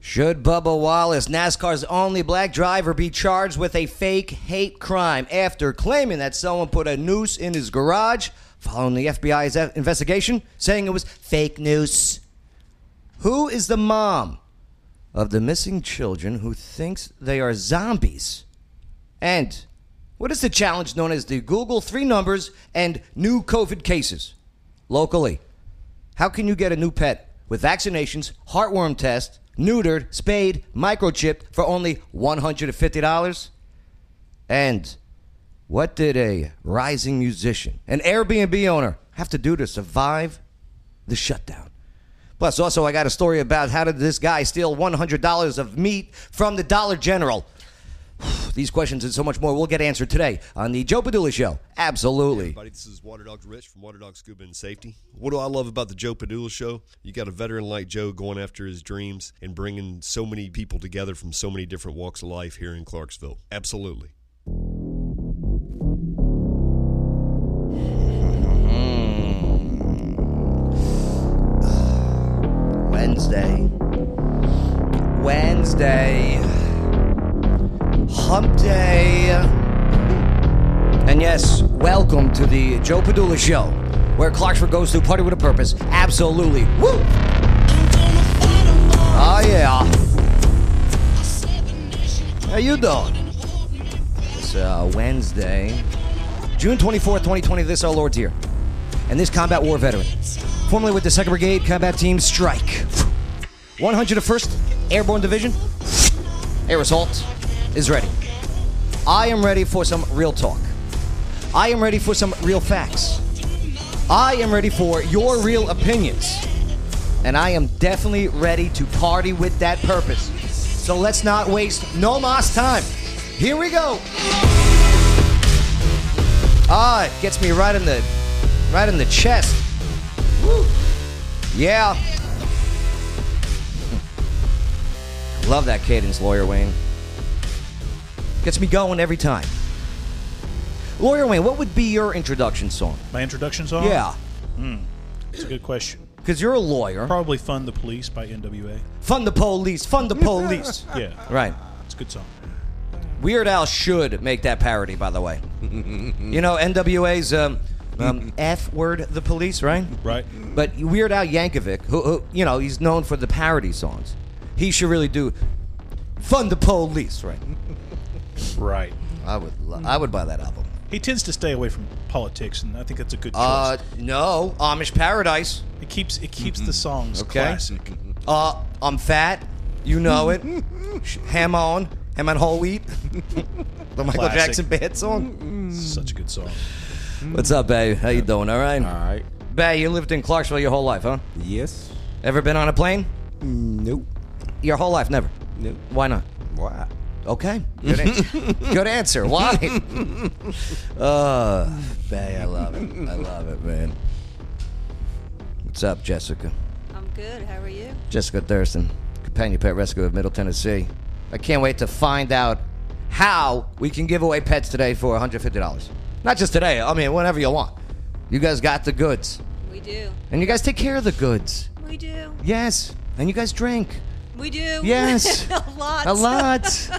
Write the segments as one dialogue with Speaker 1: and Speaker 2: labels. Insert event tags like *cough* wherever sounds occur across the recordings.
Speaker 1: Should Bubba Wallace, NASCAR's only black driver, be charged with a fake hate crime after claiming that someone put a noose in his garage following the FBI's e- investigation, saying it was fake news? Who is the mom of the missing children who thinks they are zombies? And what is the challenge known as the Google three numbers and new COVID cases locally? How can you get a new pet with vaccinations, heartworm test, neutered, spayed, microchipped for only $150? And what did a rising musician, an Airbnb owner, have to do to survive the shutdown? Plus, also, I got a story about how did this guy steal $100 of meat from the Dollar General? *sighs* These questions and so much more will get answered today on the Joe Padula Show. Absolutely.
Speaker 2: Everybody, this is Water Dog Rich from Water Dog Scuba and Safety. What do I love about the Joe Padula Show? You got a veteran like Joe going after his dreams and bringing so many people together from so many different walks of life here in Clarksville. Absolutely.
Speaker 1: Wednesday. Wednesday. Hump Day. And yes, welcome to the Joe Padula Show, where Clarksville goes through Party with a Purpose. Absolutely. Woo! Oh, yeah. How you doing? It's uh, Wednesday, June 24th, 2020. This our Lord's year. And this combat war veteran, formerly with the 2nd Brigade Combat Team Strike, 101st Airborne Division, Air Assault, is ready. I am ready for some real talk. I am ready for some real facts. I am ready for your real opinions. And I am definitely ready to party with that purpose. So let's not waste no mas time. Here we go. Ah, it gets me right in the right in the chest. Woo. Yeah. Love that cadence, lawyer Wayne. Gets me going every time. Lawyer Wayne, what would be your introduction song?
Speaker 3: My introduction song?
Speaker 1: Yeah,
Speaker 3: It's a good question.
Speaker 1: because you're a lawyer.
Speaker 3: Probably Fund the Police by NWA.
Speaker 1: Fund the police. Fund the police.
Speaker 3: Yeah.
Speaker 1: Uh, right.
Speaker 3: It's a good song.
Speaker 1: Weird Al should make that parody, by the way. you know, NWA's um, um, F word, the police, right?
Speaker 3: Right?
Speaker 1: But Weird Al Yankovic, who, who you know, he's known for the parody songs. He should really do fund the police, right?
Speaker 3: Right.
Speaker 1: I would, lo- I would buy that album.
Speaker 3: He tends to stay away from politics, and I think that's a good choice.
Speaker 1: Uh, no, Amish Paradise.
Speaker 3: it keeps it keeps the songs
Speaker 1: Okay.
Speaker 3: classic.
Speaker 1: Uh, I'm fat. You know *laughs* it. Sh- ham on, ham on whole *laughs* wheat. the Michael
Speaker 3: Classic.
Speaker 1: Jackson band song.
Speaker 3: Such a good song.
Speaker 1: What's up, babe? How you doing? All right.
Speaker 4: All right.
Speaker 1: Bay, you lived in Clarksville your whole life, huh?
Speaker 4: Yes.
Speaker 1: Ever been on a plane?
Speaker 4: Nope.
Speaker 1: Your whole life, never.
Speaker 4: Nope.
Speaker 1: Why not?
Speaker 4: Why?
Speaker 1: Okay. Good, an- good answer. Why? uh, Bay, I love it. I love it, man. What's up, Jessica?
Speaker 5: I'm good. How are you?
Speaker 1: Jessica Thurston, companion pet rescue of Middle Tennessee. I can't wait to find out how we can give away pets today for $150. Not just today, I mean, whenever you want. You guys got the goods.
Speaker 5: We do.
Speaker 1: And you guys take care of the goods.
Speaker 5: We do.
Speaker 1: Yes. And you guys drink
Speaker 5: We do. *laughs*
Speaker 1: Yes.
Speaker 5: a lot.
Speaker 1: a lot.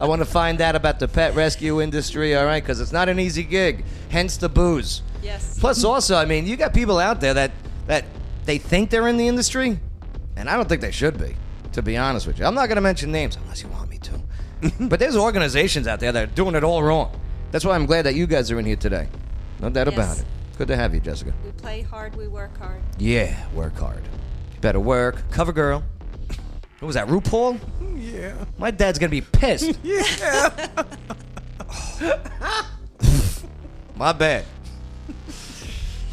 Speaker 1: I want to find out about the pet rescue industry, all right? Because it's not an easy gig, hence the booze.
Speaker 5: Yes.
Speaker 1: Plus, also, I mean, you got people out there that that they think they're in the industry, and I don't think they should be. To be honest with you, I'm not going to mention names unless you want me to. but there's organizations out there that are doing it all wrong. That's why I'm glad that you guys are in here today. No doubt about
Speaker 5: Yes.
Speaker 1: it. Good to have you, Jessica.
Speaker 5: We play hard. We work hard.
Speaker 1: Yeah, work hard. You better work. Cover girl. What was that, RuPaul?
Speaker 4: Yeah.
Speaker 1: My dad's gonna be pissed. yeah. *laughs* My bad.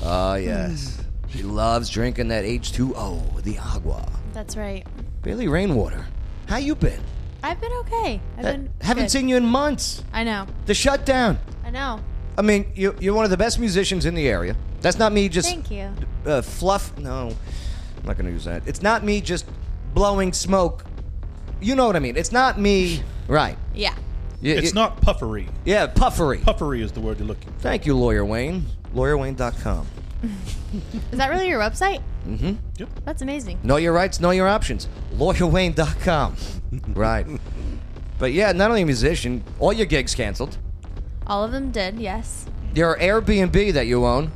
Speaker 1: Oh yes. She loves drinking that H2O, the agua.
Speaker 6: That's right.
Speaker 1: Bailey Rainwater. How you been?
Speaker 6: I've been okay. I've been
Speaker 1: Uh, Haven't
Speaker 6: good.
Speaker 1: seen you in months.
Speaker 6: I know.
Speaker 1: The shutdown.
Speaker 6: I know.
Speaker 1: I mean, you, you're one of the best musicians in the area. That's not me just
Speaker 6: Thank you.
Speaker 1: uh, fluff. No, I'm not going to use that. It's not me just blowing smoke. You know what I mean. It's not me. Right.
Speaker 6: Yeah.
Speaker 1: Y-
Speaker 3: It's
Speaker 1: y-
Speaker 3: not puffery.
Speaker 1: Yeah, puffery.
Speaker 3: Puffery is the word you're looking for.
Speaker 1: Thank you, Lawyer Wayne. LawyerWayne.com.
Speaker 6: Is that really your website?
Speaker 1: Mm-hmm.
Speaker 6: That's amazing.
Speaker 1: Know your rights, know your options. LawyerWayne.com. *laughs* right. But yeah, not only a musician, all your gigs canceled.
Speaker 6: All of them did. Yes.
Speaker 1: Your Airbnb that you own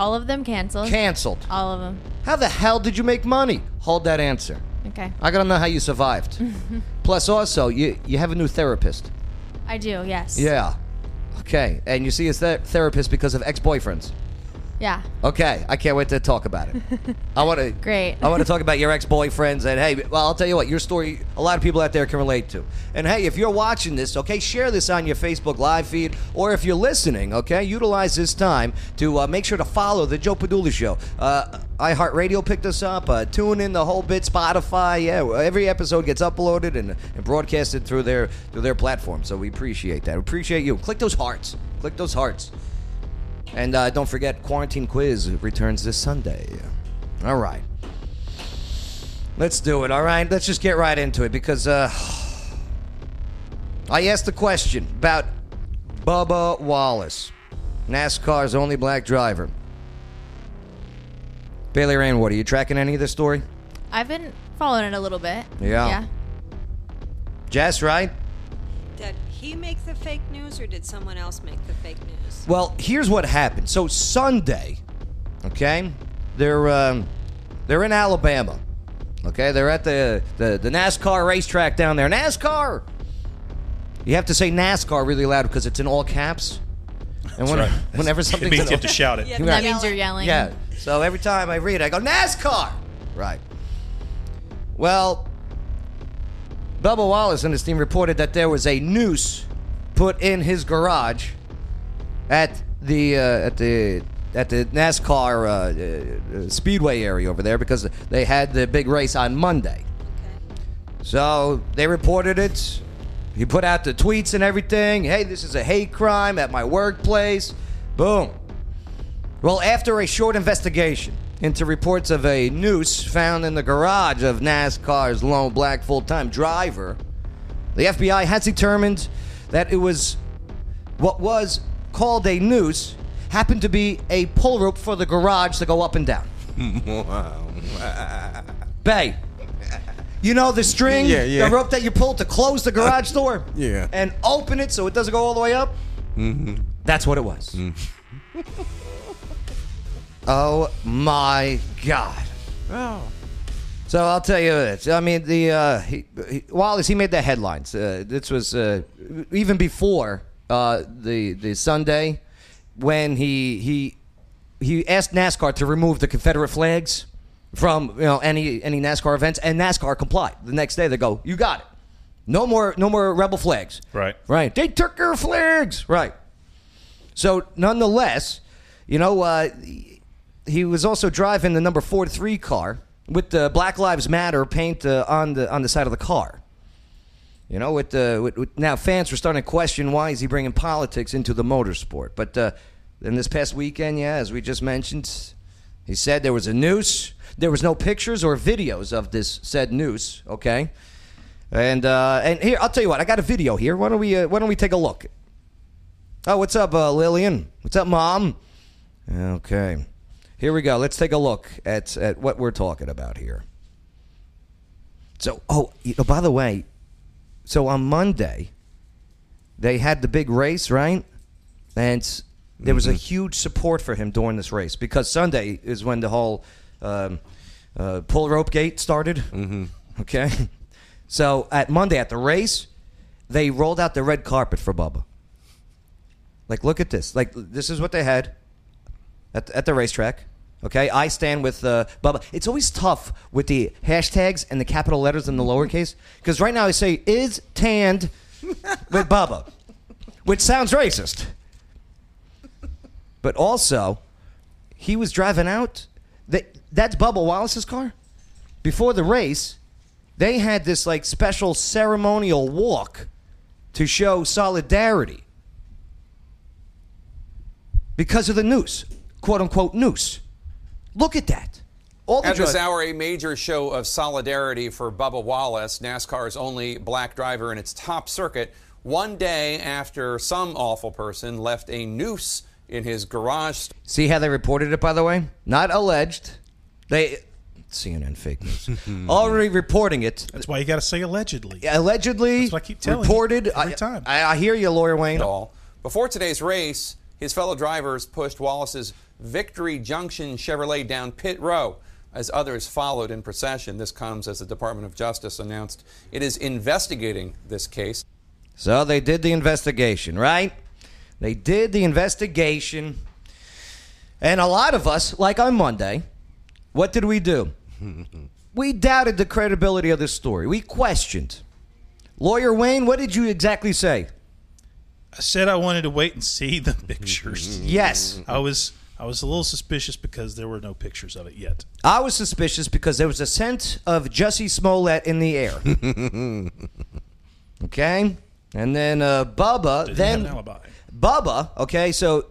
Speaker 6: All of them canceled.
Speaker 1: canceled.
Speaker 6: All of them.
Speaker 1: How the hell did you make money? Hold that answer.
Speaker 6: Okay.
Speaker 1: I gotta know how you survived. Plus, also, you you have a new therapist.
Speaker 6: I do. Yes.
Speaker 1: Yeah. Okay. And you see his ther- therapist because of ex-boyfriends.
Speaker 6: Yeah.
Speaker 1: Okay. I can't wait to talk about it. I want to.
Speaker 6: Great.
Speaker 1: I want to talk about your ex-boyfriends and hey, well, I'll tell you what, your story a lot of people out there can relate to. And hey, if you're watching this, okay, share this on your Facebook live feed or if you're listening, okay, utilize this time to uh, make sure to follow the Joe Padula show. Uh, iHeartRadio picked us up, uh, tune in the whole bit, Spotify, yeah, every episode gets uploaded and, and broadcasted through their through their platform. So we appreciate that. We appreciate you. Click those hearts. Click those hearts. And uh, don't forget, Quarantine Quiz returns this Sunday. All right. Let's do it, all right? Let's just get right into it because uh, I asked the question about Bubba Wallace, NASCAR's only black driver. Bailey Rainwater, you tracking any of this story?
Speaker 6: I've been following it a little bit.
Speaker 1: Yeah.
Speaker 6: Yeah.
Speaker 1: Jess, right?
Speaker 5: Did he make the fake news or did someone else make the fake news?
Speaker 1: Well, here's what happened. So Sunday, okay, they're um, they're in Alabama. Okay, they're at the, the the NASCAR racetrack down there. NASCAR. You have to say NASCAR really loud because it's in all caps. And when,
Speaker 3: right.
Speaker 1: *laughs* whenever
Speaker 3: It
Speaker 1: something's
Speaker 3: means
Speaker 1: in
Speaker 3: you have to shout it.
Speaker 5: Yeah,
Speaker 1: You
Speaker 5: they're
Speaker 1: got-
Speaker 6: That means you're yelling.
Speaker 1: yeah. So every time I read, I go NASCAR. Right. Well, Bubba Wallace and his team reported that there was a noose put in his garage at the uh, at the at the NASCAR uh, uh, speedway area over there because they had the big race on Monday.
Speaker 5: Okay.
Speaker 1: So they reported it. He put out the tweets and everything. Hey, this is a hate crime at my workplace. Boom. Well, after a short investigation into reports of a noose found in the garage of NASCAR's lone black full time driver, the FBI has determined that it was what was called a noose, happened to be a pull rope for the garage to go up
Speaker 4: *laughs*
Speaker 1: and down. Bay. You know the string,
Speaker 4: Yeah, yeah.
Speaker 1: the rope that you pull to close the garage door,
Speaker 4: Yeah.
Speaker 1: and open it so it doesn't go all the way up. Mm-hmm. That's what it was. *laughs* oh my god!
Speaker 4: Oh.
Speaker 1: So I'll tell you this. I mean, the uh, he, he, Wallace he made the headlines. Uh, this was uh, even before uh, the the Sunday when he he he asked NASCAR to remove the Confederate flags from you know any any NASCAR events, and NASCAR complied. The next day they go, "You got it. No more no more rebel flags."
Speaker 3: Right.
Speaker 1: Right. They took our flags. Right. So, nonetheless, you know, uh, he was also driving the number 43 car with the Black Lives Matter paint uh, on the on the side of the car. You know, with the with, with, now fans were starting to question why is he bringing politics into the motorsport. But uh, in this past weekend, yeah, as we just mentioned, he said there was a noose. There was no pictures or videos of this said noose. Okay, and uh, and here I'll tell you what, I got a video here. Why don't we uh, why don't we take a look? Oh, what's up, uh, Lillian? What's up, Mom? Okay, here we go. Let's take a look at at what we're talking about here. So, oh, you know, by the way, so on Monday they had the big race, right? And s- there was a huge support for him during this race because Sunday is when the whole um, uh, pull rope gate started. Mm-hmm. Okay, so at Monday at the race, they rolled out the red carpet for Bubba. Like, look at this. Like, this is what they had at, at the racetrack. Okay, I stand with uh, Bubba. It's always tough with the hashtags and the capital letters and the lowercase because right now I say is tanned with Bubba, which sounds racist. But also, he was driving out. That that's Bubba Wallace's car. Before the race, they had this like special ceremonial walk to show solidarity because of the noose, quote unquote noose. Look at that. All the
Speaker 7: At this
Speaker 1: dri-
Speaker 7: hour, a major show of solidarity for Bubba Wallace, NASCAR's only black driver in its top circuit, one day after some awful person left a noose in his garage.
Speaker 1: See how they reported it, by the way? Not alleged. They CNN fake
Speaker 3: *laughs*
Speaker 1: news. Already reporting it.
Speaker 3: That's why you got to say allegedly.
Speaker 1: Allegedly
Speaker 3: That's what I keep telling you
Speaker 1: reported.
Speaker 3: every
Speaker 1: I,
Speaker 3: time.
Speaker 1: I, I hear you, lawyer Wayne.
Speaker 7: at all. Before today's race, his fellow drivers pushed Wallace's Victory Junction Chevrolet down pit row as others followed in procession. This comes as the Department of Justice announced it is investigating this case.
Speaker 1: So they did the investigation, right? They did the investigation. And a lot of us, like on Monday, what did we
Speaker 3: *laughs*
Speaker 1: do? we doubted the credibility of this story. We questioned. Lawyer Wayne, what did you exactly say?
Speaker 3: I said I wanted to wait and see the
Speaker 1: Mm-hmm.
Speaker 3: pictures.
Speaker 1: Yes.
Speaker 3: I was I was a little suspicious because there were no pictures of it yet.
Speaker 1: I was suspicious because there was a scent of Jesse Smollett in the
Speaker 3: *laughs*
Speaker 1: air. okay? And then uh, Bubba,
Speaker 3: Did he have
Speaker 1: then
Speaker 3: an alibi.
Speaker 1: Bubba, okay, so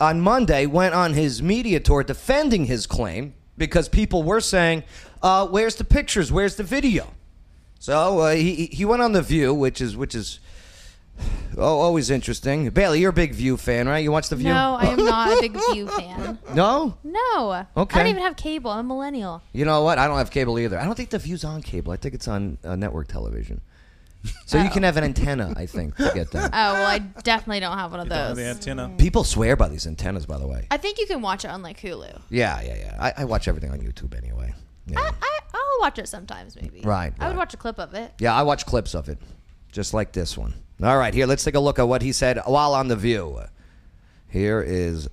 Speaker 1: on Monday went on his media tour defending his claim because people were saying, uh, "Where's the pictures? Where's the video?" So uh, he he went on the View, which is which is oh always interesting. Bailey, you're a big View fan, right? You watch the View? *laughs*
Speaker 6: No, I am not a big View fan.
Speaker 1: No?
Speaker 6: No. I
Speaker 1: Okay.
Speaker 6: don't even have cable. I'm a millennial.
Speaker 1: You know what? I don't have cable either. I don't think the View's on cable. I think it's on uh, network television. So you can have an antenna, I think, to get
Speaker 6: Oh,
Speaker 1: that.
Speaker 6: well, I definitely don't have one of
Speaker 3: Don't have the
Speaker 6: those.
Speaker 3: antenna.
Speaker 1: People swear by these antennas, by the way.
Speaker 6: I think you can watch it on like Hulu.
Speaker 1: Yeah, yeah, yeah. I, I watch everything on YouTube anyway. Yeah.
Speaker 6: I, I, I'll watch it sometimes, maybe.
Speaker 1: Right,
Speaker 6: I would
Speaker 1: right.
Speaker 6: watch a clip of it.
Speaker 1: Yeah, I watch clips of it, just like this one. All right, here, let's take a look at what he said while on The View. Here is,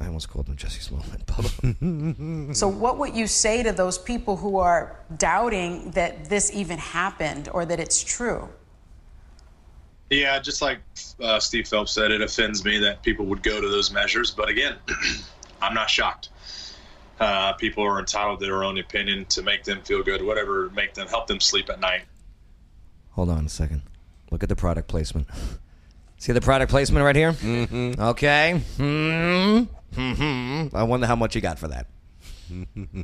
Speaker 1: I almost called him Jesse Smollett. *laughs* Bubba.
Speaker 4: So, what would you say to those people who are doubting that this even happened or that it's true?
Speaker 8: Yeah, just like uh, Steve Phelps said, it offends me that people would go to those measures. But again, *clears throat* I'm not shocked. Uh, people are entitled to their own opinion to make them feel good, whatever make them help them sleep at night.
Speaker 1: Hold on a second. Look at the product placement. See the product placement right here? Mm-hmm. Okay. Mm-hmm. I wonder how much he got for that.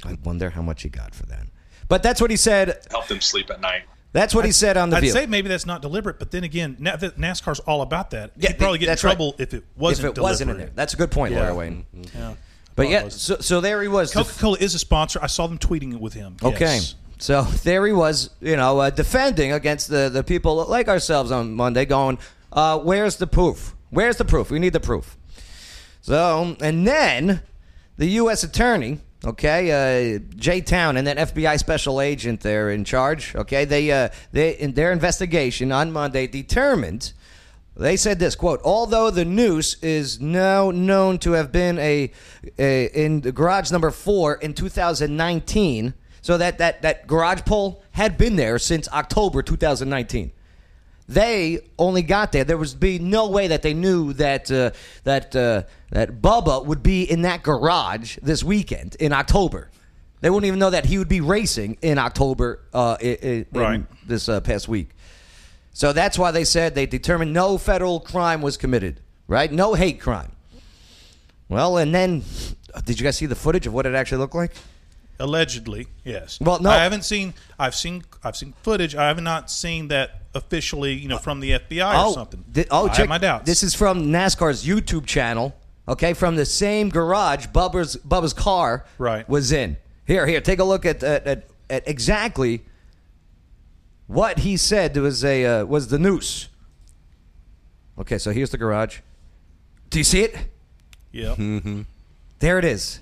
Speaker 1: I wonder how much he got for that. But that's what he said.
Speaker 8: Help them sleep at night.
Speaker 1: That's what he said on The
Speaker 3: I'd
Speaker 1: View.
Speaker 3: say maybe that's not deliberate, but then again, na- the- NASCAR's all about that.
Speaker 1: Yeah,
Speaker 3: You'd probably get in
Speaker 1: that's right.
Speaker 3: trouble if it
Speaker 1: if
Speaker 3: wasn't
Speaker 1: it wasn't in there.
Speaker 3: deliberate.
Speaker 1: That's a good point,
Speaker 3: Yeah. Mm-hmm.
Speaker 1: Laura Wayne.
Speaker 3: Yeah.
Speaker 1: But
Speaker 3: Probably
Speaker 1: yeah,
Speaker 3: wasn't.
Speaker 1: so, so there he was. def-
Speaker 3: Coca-Cola is a sponsor. I saw them tweeting it with him.
Speaker 1: Okay.
Speaker 3: Yes.
Speaker 1: So *laughs* there he was, you know, uh, defending against the, the people like ourselves on Monday, going, uh, where's the proof? Where's the proof? We need the proof. So, and then the U.S. attorney, okay, uh, Jay Town, and that FBI special agent there in charge, okay, they, uh, they in their investigation on Monday determined they said this quote: "Although the noose is now known to have been a, a in the garage number four in 2019, so that that that garage pole had been there since October 2019. They only got there. There was be no way that they knew that uh, that uh, that Bubba would be in that garage this weekend in October. They wouldn't even know that he would be racing in October uh, i- i- in
Speaker 3: Right.
Speaker 1: this uh, past week." So that's why they said they determined no federal crime was committed, right? No hate crime. Well, and then uh, did you guys see the footage of what it actually looked like?
Speaker 3: Allegedly, yes.
Speaker 1: Well, no.
Speaker 3: I haven't seen. I've seen. I've seen footage. I have not seen that officially. You know, from the FBI or something.
Speaker 1: thi- oh,
Speaker 3: I
Speaker 1: check
Speaker 3: have my doubts.
Speaker 1: This is from NASCAR's YouTube channel. Okay, from the same garage Bubba's Bubba's car
Speaker 3: Right.
Speaker 1: was in. Here, here, take a look at at, at, at exactly what he said was a uh, was the noose. Okay, so here's the garage. Do you see it?
Speaker 3: yeah.
Speaker 1: Hmm. There it is.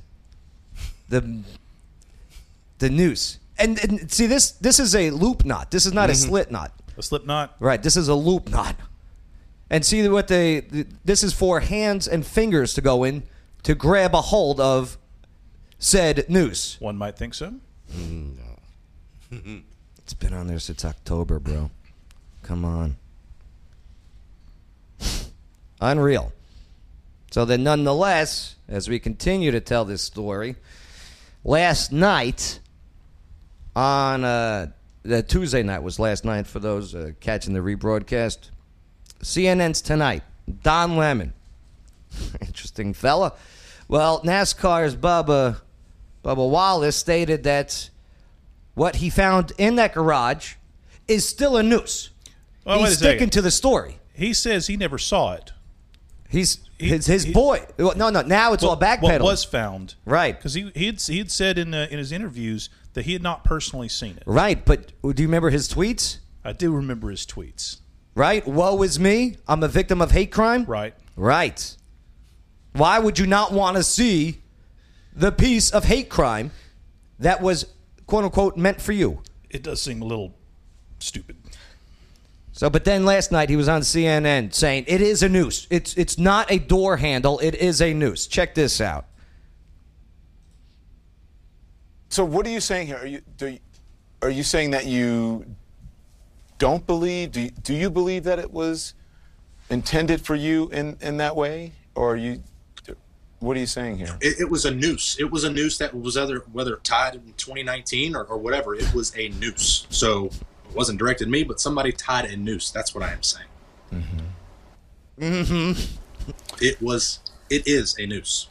Speaker 1: The the noose. And, and see this this is a loop knot. This is not
Speaker 3: Mm-hmm.
Speaker 1: a slit knot.
Speaker 3: A Slipknot.
Speaker 1: Right, this is a loop knot. And see what they th- this is for hands and fingers to go in to grab a hold of said noose.
Speaker 3: One might think so.
Speaker 1: It's been on there since October, bro. Come on. Unreal. So then, nonetheless, as we continue to tell this story, last night on uh, the Tuesday night was last night for those uh, catching the rebroadcast. CNN's Tonight, Don Lemon. *laughs* Interesting fella. Well, NASCAR's Bubba, Bubba Wallace stated that what he found in that garage is still a noose.
Speaker 3: Well, wait
Speaker 1: He's
Speaker 3: a second.
Speaker 1: sticking to the story.
Speaker 3: He says he never saw it.
Speaker 1: He's
Speaker 3: He-
Speaker 1: his, his
Speaker 3: he-
Speaker 1: boy. Well, No, no. Now it's all backpedaling.
Speaker 3: What was found,
Speaker 1: Right.
Speaker 3: Because he he had, he had said in uh, in his interviews that he had not personally seen it.
Speaker 1: right, but do you remember his tweets?
Speaker 3: I do remember his tweets.
Speaker 1: Right? Woe is me. I'm a victim of hate crime.
Speaker 3: Right.
Speaker 1: Right. Why would you not want to see the piece of hate crime that was quote unquote meant for you?
Speaker 3: It does seem a little stupid.
Speaker 1: So, but then last night he was on CNN saying it is a noose. It's it's not a door handle. It is a noose. Check this out.
Speaker 9: So what are you saying here? Are you, do you, are you saying that you don't believe? Do you, do you believe that it was intended for you in, in that way, or are you? What are you saying here?
Speaker 10: it, it was a noose. It was a noose that was other whether tied in 2019 or, or whatever. It was a noose. So it wasn't directed at me, but somebody tied a noose. That's what I am saying. Mm-hmm. It was. It is a noose.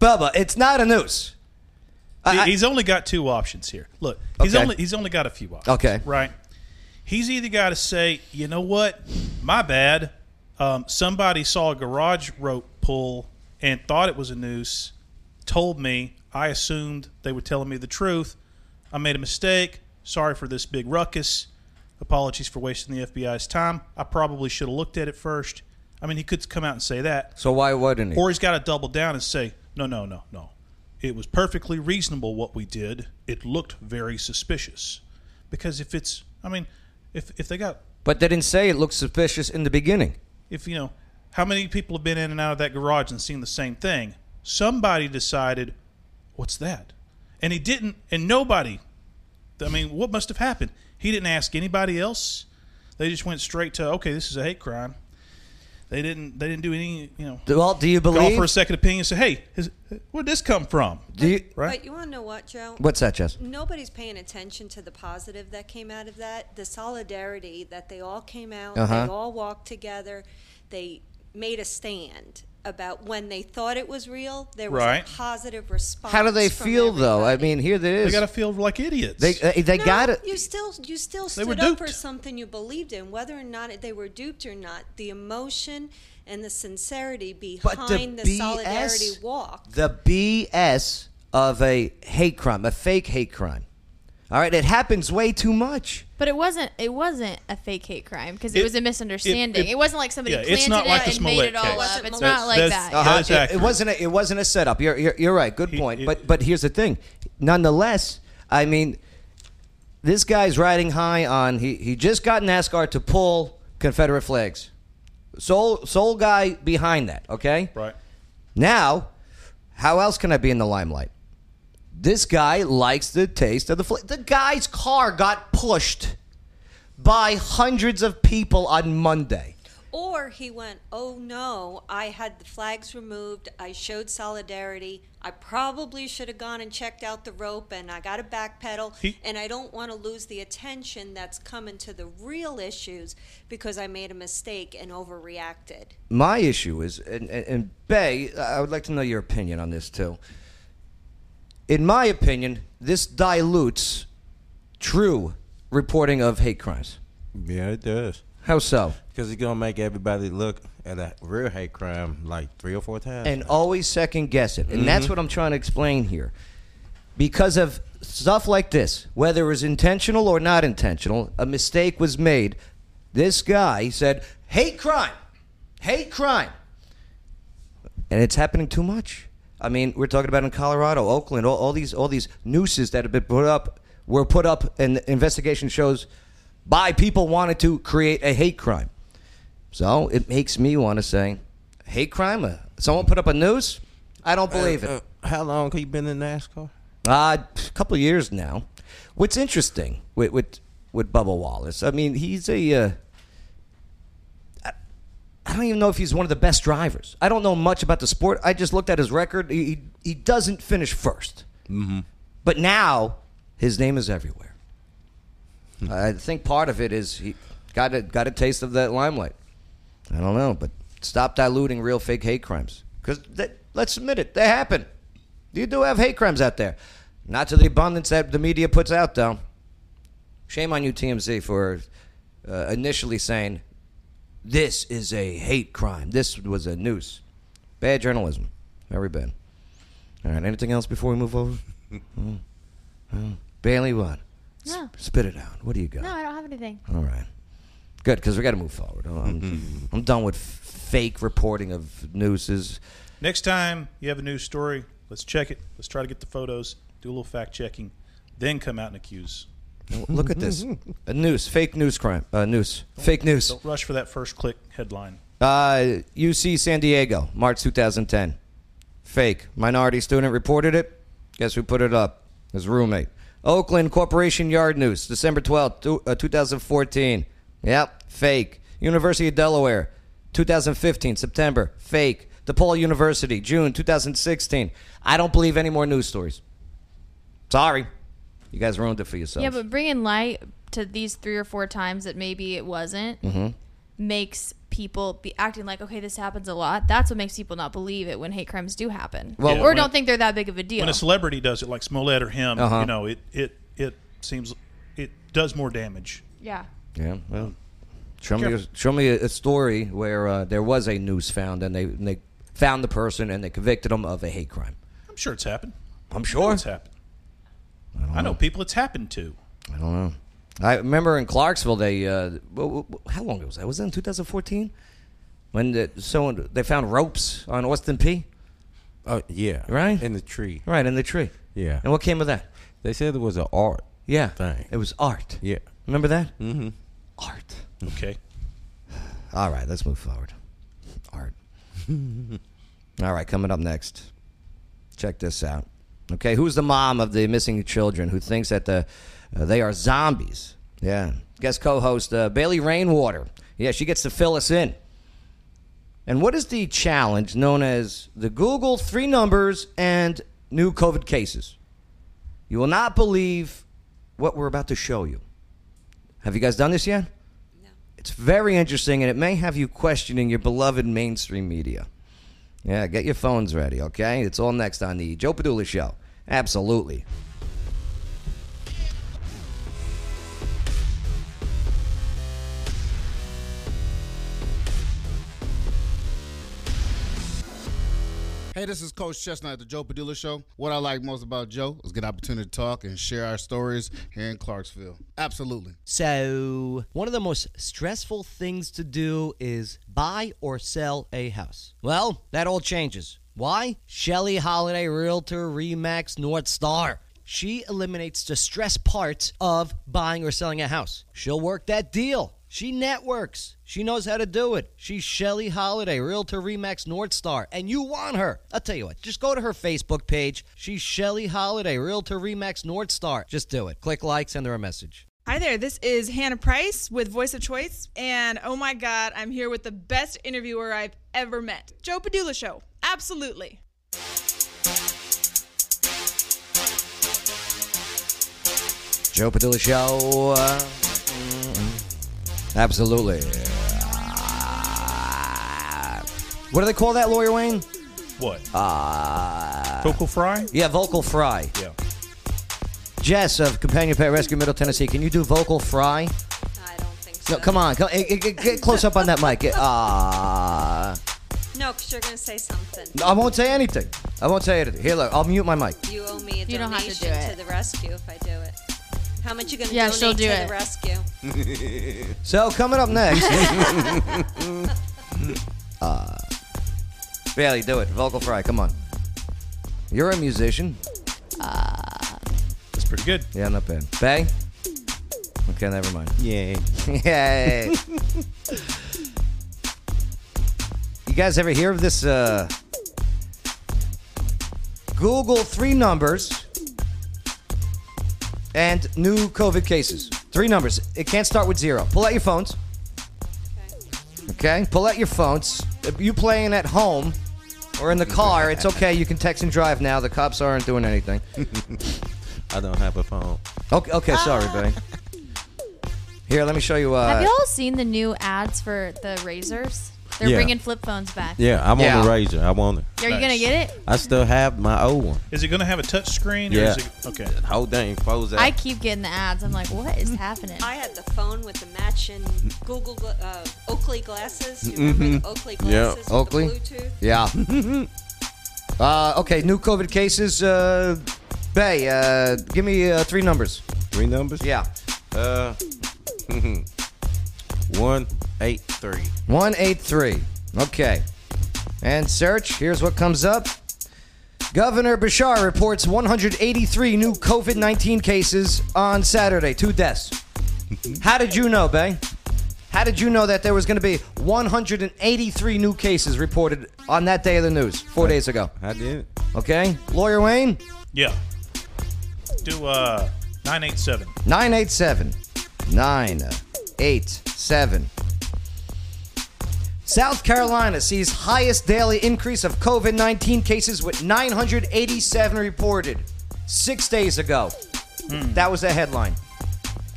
Speaker 1: Bubba, it's not a noose.
Speaker 3: He-
Speaker 1: I-
Speaker 3: he's only got two options here. Look, he's
Speaker 1: Okay.
Speaker 3: only he's only got a few options.
Speaker 1: Okay.
Speaker 3: right. He's either got to say, you know what, my bad. Um, somebody saw a garage rope pull and thought it was a noose. Told me. I assumed they were telling me the truth. I made a mistake. Sorry for this big ruckus. Apologies for wasting the FBI's time. I probably should have looked at it first. I mean, he could come out and say that.
Speaker 1: So why wouldn't he?
Speaker 3: Or he's got to double down and say, no, no, no, no. It was perfectly reasonable what we did. It looked very suspicious. Because if it's, I mean, if, if they got,
Speaker 1: but they didn't say it looked suspicious in the beginning.
Speaker 3: if, you know, how many people have been in and out of that garage and seen the same thing? Somebody decided, what's that? And he didn't, and nobody, I mean, what must have happened? He didn't ask anybody else. They just went straight to, okay, this is a hate crime. They didn't, they didn't do any, you know,
Speaker 1: Well, do you
Speaker 3: call
Speaker 1: believe?
Speaker 3: for a second opinion and say, hey, is, where'd this come from?
Speaker 1: do you,
Speaker 3: Right.
Speaker 5: But you want to know what, Joe?
Speaker 1: what's that, Jess?
Speaker 5: Nobody's paying attention to the positive that came out of that. The solidarity that they all came out,
Speaker 1: Uh-huh.
Speaker 5: they all walked together, they made a stand about when they thought it was real. There was
Speaker 3: Right.
Speaker 5: a positive response.
Speaker 1: How do they
Speaker 5: from
Speaker 1: feel though? I
Speaker 5: everybody.
Speaker 1: mean, here it is.
Speaker 3: They got to feel like idiots.
Speaker 1: They uh, they, they
Speaker 5: No,
Speaker 1: got it.
Speaker 5: You still, you still
Speaker 3: They were
Speaker 5: stood up for
Speaker 3: duped.
Speaker 5: something you believed in, whether or not they were duped or not. The emotion and the sincerity
Speaker 1: But the
Speaker 5: behind the,
Speaker 1: BS
Speaker 5: solidarity walk.
Speaker 1: the BS of a hate crime, a fake hate crime. All right, it happens way too much.
Speaker 6: But it wasn't. It wasn't a fake hate crime because it,
Speaker 3: It-
Speaker 6: was a misunderstanding.
Speaker 3: it-
Speaker 6: It, wasn't like somebody
Speaker 3: yeah, it's
Speaker 6: planted
Speaker 3: not
Speaker 6: it
Speaker 3: like
Speaker 6: out
Speaker 3: the
Speaker 6: and made it
Speaker 3: Smollett case.
Speaker 6: all up.
Speaker 5: It
Speaker 6: It's
Speaker 5: wasn't
Speaker 6: not like
Speaker 3: That's-
Speaker 6: that.
Speaker 3: that's- Uh-huh.
Speaker 1: It- it,
Speaker 3: accurate.
Speaker 1: wasn't. A, it wasn't a setup. You're you're, you're right. Good
Speaker 3: He-
Speaker 1: point.
Speaker 3: he-
Speaker 1: but but here's the thing. Nonetheless, I mean, this guy's riding high on. He he just got NASCAR to pull Confederate flags. Sole sole guy behind that. Okay.
Speaker 3: right.
Speaker 1: Now, how else can I be in the limelight? This guy likes the taste of the fl- the guy's car got pushed by hundreds of people on Monday.
Speaker 5: Or he went, oh no, I had the flags removed. I showed solidarity. I probably should have gone and checked out the rope, and I got a back pedal.
Speaker 3: He-
Speaker 5: and I don't want to lose the attention that's coming to the real issues because I made a mistake and overreacted.
Speaker 1: My issue is, and, and, and Bay, I would like to know your opinion on this too. In my opinion, this dilutes true reporting of hate crimes.
Speaker 11: Yeah, it does.
Speaker 1: How so?
Speaker 11: Because it's going to make everybody look at a real hate crime like three or four times.
Speaker 1: and always second guess it. And that's what I'm trying to explain here. Because of stuff like this, whether it was intentional or not intentional, a mistake was made. This guy said, hate crime, hate crime. And it's happening too much. I mean, we're talking about in Colorado, Oakland, all, all these all these nooses that have been put up were put up and the investigation shows by people wanted to create a hate crime. So it makes me want to say, hate crime? Uh, Someone put up a noose? I don't believe
Speaker 11: Uh,
Speaker 1: it.
Speaker 11: how long have you been in NASCAR?
Speaker 1: Uh, a couple of years now. What's interesting with with, with Bubba Wallace? I mean, he's a. Uh, I- I don't even know if he's one of the best drivers. I don't know much about the sport. I just looked at his record. He he, he doesn't finish 1st Mm-hmm. But now his name is everywhere. I think part of it is he got a got a taste of that limelight. I don't know, but stop diluting real fake hate crimes. Because let's admit it, they happen. You do have hate crimes out there. Not to the abundance that the media puts out, though. Shame on you, TMZ, for uh, initially saying This is a hate crime. This was a noose. Bad journalism. Very bad. All right. Anything else before we move over? Mm. Mm. Bailey, what? S-
Speaker 6: No.
Speaker 1: spit it out. What do you got?
Speaker 6: No, I don't have anything.
Speaker 1: All right. Good, because we got to move forward. Oh, I'm, I'm done with f- fake reporting of nooses.
Speaker 3: Next time you have a news story, let's check it. Let's try to get the photos, do a little fact checking, then come out and accuse.
Speaker 1: Look at this. A noose. Fake news crime. Uh, noose. Fake news.
Speaker 3: Don't rush for that first click headline.
Speaker 1: Uh, UC San Diego, March 2010. Fake. Minority student reported it. Guess who put it up? His roommate. Oakland Corporation Yard News, December 12th, two- uh, 2014. Yep, fake. University of Delaware, 2015, September. Fake. DePaul University, June 2016. I don't believe any more news stories. Sorry. You guys ruined it for yourselves.
Speaker 6: Yeah, but bringing light to these three or four times that maybe it wasn't
Speaker 3: Mm-hmm.
Speaker 1: hmm
Speaker 6: makes people be acting like, okay, this happens a lot. That's what makes people not believe it when hate crimes do happen,
Speaker 3: Well- Yeah,
Speaker 6: or
Speaker 3: when-
Speaker 6: don't think they're that big of a deal.
Speaker 3: When a celebrity does it, like Smollett or him,
Speaker 1: Uh-huh.
Speaker 3: you know, it, it it seems it does more damage.
Speaker 6: yeah.
Speaker 1: Yeah. Well, show me,
Speaker 3: Careful.
Speaker 1: show me a, a story where uh, there was a noose found and they and they found the person and they convicted them of a hate crime.
Speaker 3: I'm sure it's happened.
Speaker 1: I'm sure
Speaker 3: it's happened. I, know people it's happened to.
Speaker 1: I don't know. I remember in Clarksville, they uh, wh- wh- how long ago was that? Was that in 2014 when the, someone they found ropes on Austin P.
Speaker 11: Oh yeah,
Speaker 1: right
Speaker 11: in the tree.
Speaker 1: Right in the tree.
Speaker 11: Yeah.
Speaker 1: And what came of that?
Speaker 11: They said it was an art.
Speaker 1: Yeah.
Speaker 11: Thing.
Speaker 1: It was art.
Speaker 11: Yeah.
Speaker 1: Remember that?
Speaker 11: Mm-hmm.
Speaker 3: Okay.
Speaker 1: All right, let's move forward. Art. *laughs* All right, coming up next. Check this out. Okay, who's the mom of the missing children who thinks that the uh, they are zombies? Yeah. Guest co-host uh, Bailey Rainwater. Yeah, she gets to fill us in. And what is the challenge known as the Google three numbers and new COVID cases? You will not believe what we're about to show you. Have you guys done this yet? It's very interesting, and it may have you questioning your beloved mainstream media. Yeah, get your phones ready, okay? It's all next on the Joe Padula Show. Absolutely.
Speaker 12: Hey, this is Coach Chestnut at the Joe Padula Show. What I like most about Joe is get an opportunity to talk and share our stories here in Clarksville. Absolutely.
Speaker 13: So, one of the most stressful things to do is buy or sell a house. Well, that all changes. Why? Shelly Holiday Realtor Remax North Star. She eliminates the stress parts of buying or selling a house. She'll work that deal. She networks. She knows how to do it. She's Shelly Holiday, Realtor Remax North Star, and you want her. I'll tell you what, just go to her Facebook page. She's Shelly Holiday, Realtor Remax North Star. Just do it. Click like, send her a message.
Speaker 14: Hi there, this is Hannah Price with Voice of Choice, and oh my god, I'm here with the best interviewer I've ever met Joe Padula Show. Absolutely.
Speaker 1: Joe Padilla Show. uh, Absolutely. What do they call that, Lawyer Wayne?
Speaker 3: What?
Speaker 1: Uh,
Speaker 3: vocal fry?
Speaker 1: Yeah, vocal fry.
Speaker 3: Yeah.
Speaker 1: Jess of Companion Pet Rescue Middle Tennessee, can you do vocal fry? I don't think so. No, come on. Come, eh, eh, get, get close up on that mic. Get- Ah.
Speaker 5: No, because you're going to say something.
Speaker 1: I won't say anything. I won't say anything. Here, look, I'll mute my mic.
Speaker 5: You owe me a donation
Speaker 6: You don't have to do
Speaker 5: to,
Speaker 6: it.
Speaker 5: the rescue if I do it. How much you going to
Speaker 6: Yeah,
Speaker 5: donate
Speaker 6: she'll do
Speaker 5: to
Speaker 6: it.
Speaker 5: the rescue?
Speaker 1: So coming up next, *laughs* uh, Bailey, do it. Vocal fry, come on. You're a musician.
Speaker 3: That's pretty good.
Speaker 1: Yeah, not bad. Bay. Okay, never mind. Yay! *laughs* Yay! you guys ever hear of this? Uh, Google three numbers and new COVID cases. Three numbers. It can't start with zero. Pull out your phones. Okay, pull out your phones. If you playing at home or in the car, it's okay. You can text and drive now. The cops aren't doing anything.
Speaker 11: I don't have a phone.
Speaker 1: Okay, okay sorry, babe. Here, let me show you. Uh,
Speaker 6: have y'all seen the new ads for the razors? They're
Speaker 11: Yeah.
Speaker 6: bringing flip phones back.
Speaker 11: Yeah, I want
Speaker 3: Yeah.
Speaker 11: a razor. I want it.
Speaker 6: Are you gonna get it?
Speaker 11: I still have my old one.
Speaker 3: Is it going to have a touch screen? Or
Speaker 11: Yeah.
Speaker 3: is it, okay.
Speaker 11: Whole thing close out.
Speaker 6: I keep getting the ads. I'm like, what is happening?
Speaker 5: I had the phone with the matching Google gla- uh, Oakley glasses. You remember
Speaker 1: Mhm.
Speaker 5: the Oakley glasses? with the
Speaker 1: Oakley.
Speaker 5: Bluetooth?
Speaker 1: Yeah. uh, okay, new COVID cases. Uh, Bay, uh, give me uh, three numbers.
Speaker 11: Three numbers?
Speaker 1: Yeah.
Speaker 11: Uh, one eight three.
Speaker 1: 183. Okay. And search. Here's what comes up. Governor Bashar reports 183 new COVID 19 cases on Saturday, two deaths. How did you know, Bay? How did you know that there was going to be 183 new cases reported on that day of the news four days ago?
Speaker 11: I did.
Speaker 1: Okay. Lawyer Wayne,
Speaker 3: Yeah. Do uh, 987.
Speaker 1: 987. 987. South Carolina sees highest daily increase of COVID 19 cases with 987 reported six days ago. That was the headline.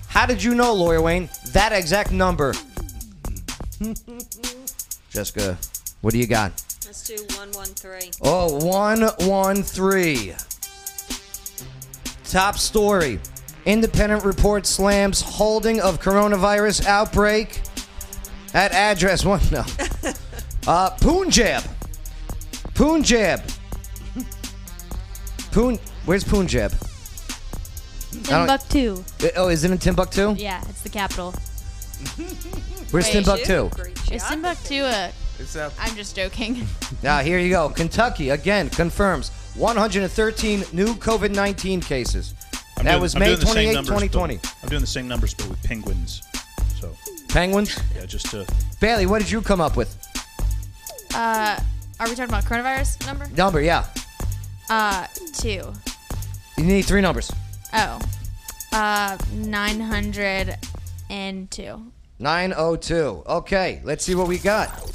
Speaker 1: How did you know, Lawyer Wayne, that exact number? *laughs* Jessica, what do you got?
Speaker 5: Let's do 113.
Speaker 1: Oh, 113. Top story Independent report slams holding of coronavirus outbreak at address *laughs* one. No. Uh, Punjab. Punjab. Pun. Where's Punjab? I don't-
Speaker 6: Timbuktu.
Speaker 1: Uh, Oh, is it in Timbuktu?
Speaker 6: Yeah, it's the capital.
Speaker 1: Where's
Speaker 6: Wait.
Speaker 1: Timbuktu?
Speaker 6: Is Timbuktu a? I'm just joking. *laughs*
Speaker 1: Now, Ah, here you go. Kentucky, again, confirms 113 new COVID 19 cases.
Speaker 3: I'm
Speaker 1: that
Speaker 3: doing-
Speaker 1: was
Speaker 3: I'm
Speaker 1: May
Speaker 3: doing the same
Speaker 1: 28,
Speaker 3: numbers,
Speaker 1: 2020.
Speaker 3: but- I'm doing the same numbers, but with penguins. So
Speaker 1: Penguins?
Speaker 3: yeah, just to
Speaker 1: Bailey, what did you come up with?
Speaker 6: Uh, are we talking about coronavirus number?
Speaker 1: Number, yeah.
Speaker 6: Uh, two.
Speaker 1: You need three numbers.
Speaker 6: Oh. Uh, nine hundred and two.
Speaker 1: 902. Okay, let's see what we got.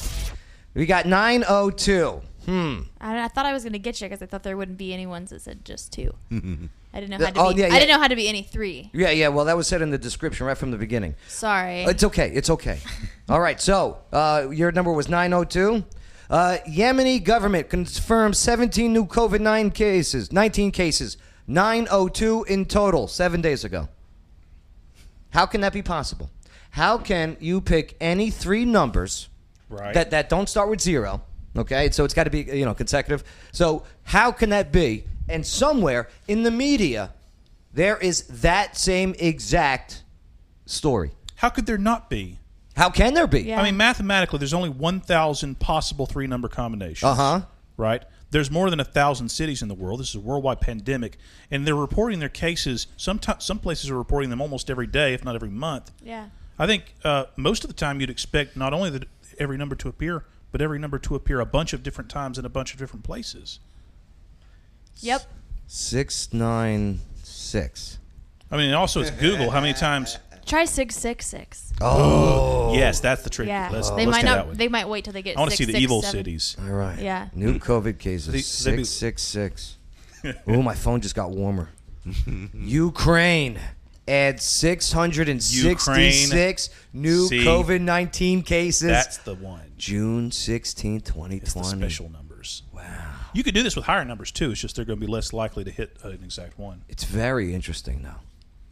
Speaker 1: We got 902. Hmm.
Speaker 6: I, I thought I was gonna get you because I thought there wouldn't be any ones that said
Speaker 1: *laughs*
Speaker 6: just two. I didn't know
Speaker 1: Uh,
Speaker 6: how to
Speaker 1: oh,
Speaker 6: be.
Speaker 1: yeah,
Speaker 6: I
Speaker 1: yeah.
Speaker 6: didn't know how to be any three.
Speaker 1: Yeah, yeah, well, that was said in the description right from the beginning.
Speaker 6: Sorry.
Speaker 1: It's okay. It's okay. All right. So uh, your number was 902. Uh, Yemeni government confirmed 17 new COVID 9 cases, 19 cases, 902 in total, seven days ago. How can that be possible? How can you pick any three numbers
Speaker 3: Right.
Speaker 1: that, that don't start with zero? Okay, so it's got to be you know consecutive. So how can that be? And somewhere in the media, there is that same exact story.
Speaker 3: How could there not be?
Speaker 1: How can there be?
Speaker 3: I mean, mathematically, there's only 1,000 possible three number combinations.
Speaker 1: Uh huh.
Speaker 3: Right? There's more than a thousand cities in the world. This is a worldwide pandemic, and they're reporting their cases. Sometimes, some places are reporting them almost every day, if not every month.
Speaker 6: Yeah.
Speaker 3: I think uh, most of the time you'd expect not only the, every number to appear, but every number to appear a bunch of different times in a bunch of different places.
Speaker 6: Yep.
Speaker 1: Six nine six.
Speaker 3: I mean, and also it's Google. How many times?
Speaker 6: Try six six six.
Speaker 1: Oh.
Speaker 3: yes, that's the trick.
Speaker 6: Yeah.
Speaker 3: Let's,
Speaker 6: they
Speaker 3: let's
Speaker 6: might
Speaker 3: do
Speaker 6: not.
Speaker 3: that one.
Speaker 6: They might wait till they get.
Speaker 3: I want to
Speaker 6: six,
Speaker 3: see the
Speaker 6: six,
Speaker 3: evil
Speaker 6: seven.
Speaker 3: cities.
Speaker 1: All right.
Speaker 6: Yeah.
Speaker 1: New COVID cases
Speaker 3: They- they be-
Speaker 1: six six
Speaker 3: *laughs*
Speaker 1: six. Oh, my phone just got warmer. Ukraine adds six hundred and sixty-six new
Speaker 3: See?
Speaker 1: COVID nineteen cases.
Speaker 3: That's the one.
Speaker 1: June 16, 2020.
Speaker 3: the special numbers. Wow. You could do this with higher numbers too. It's just they're going to be less likely to hit an exact one.
Speaker 1: It's very interesting, though.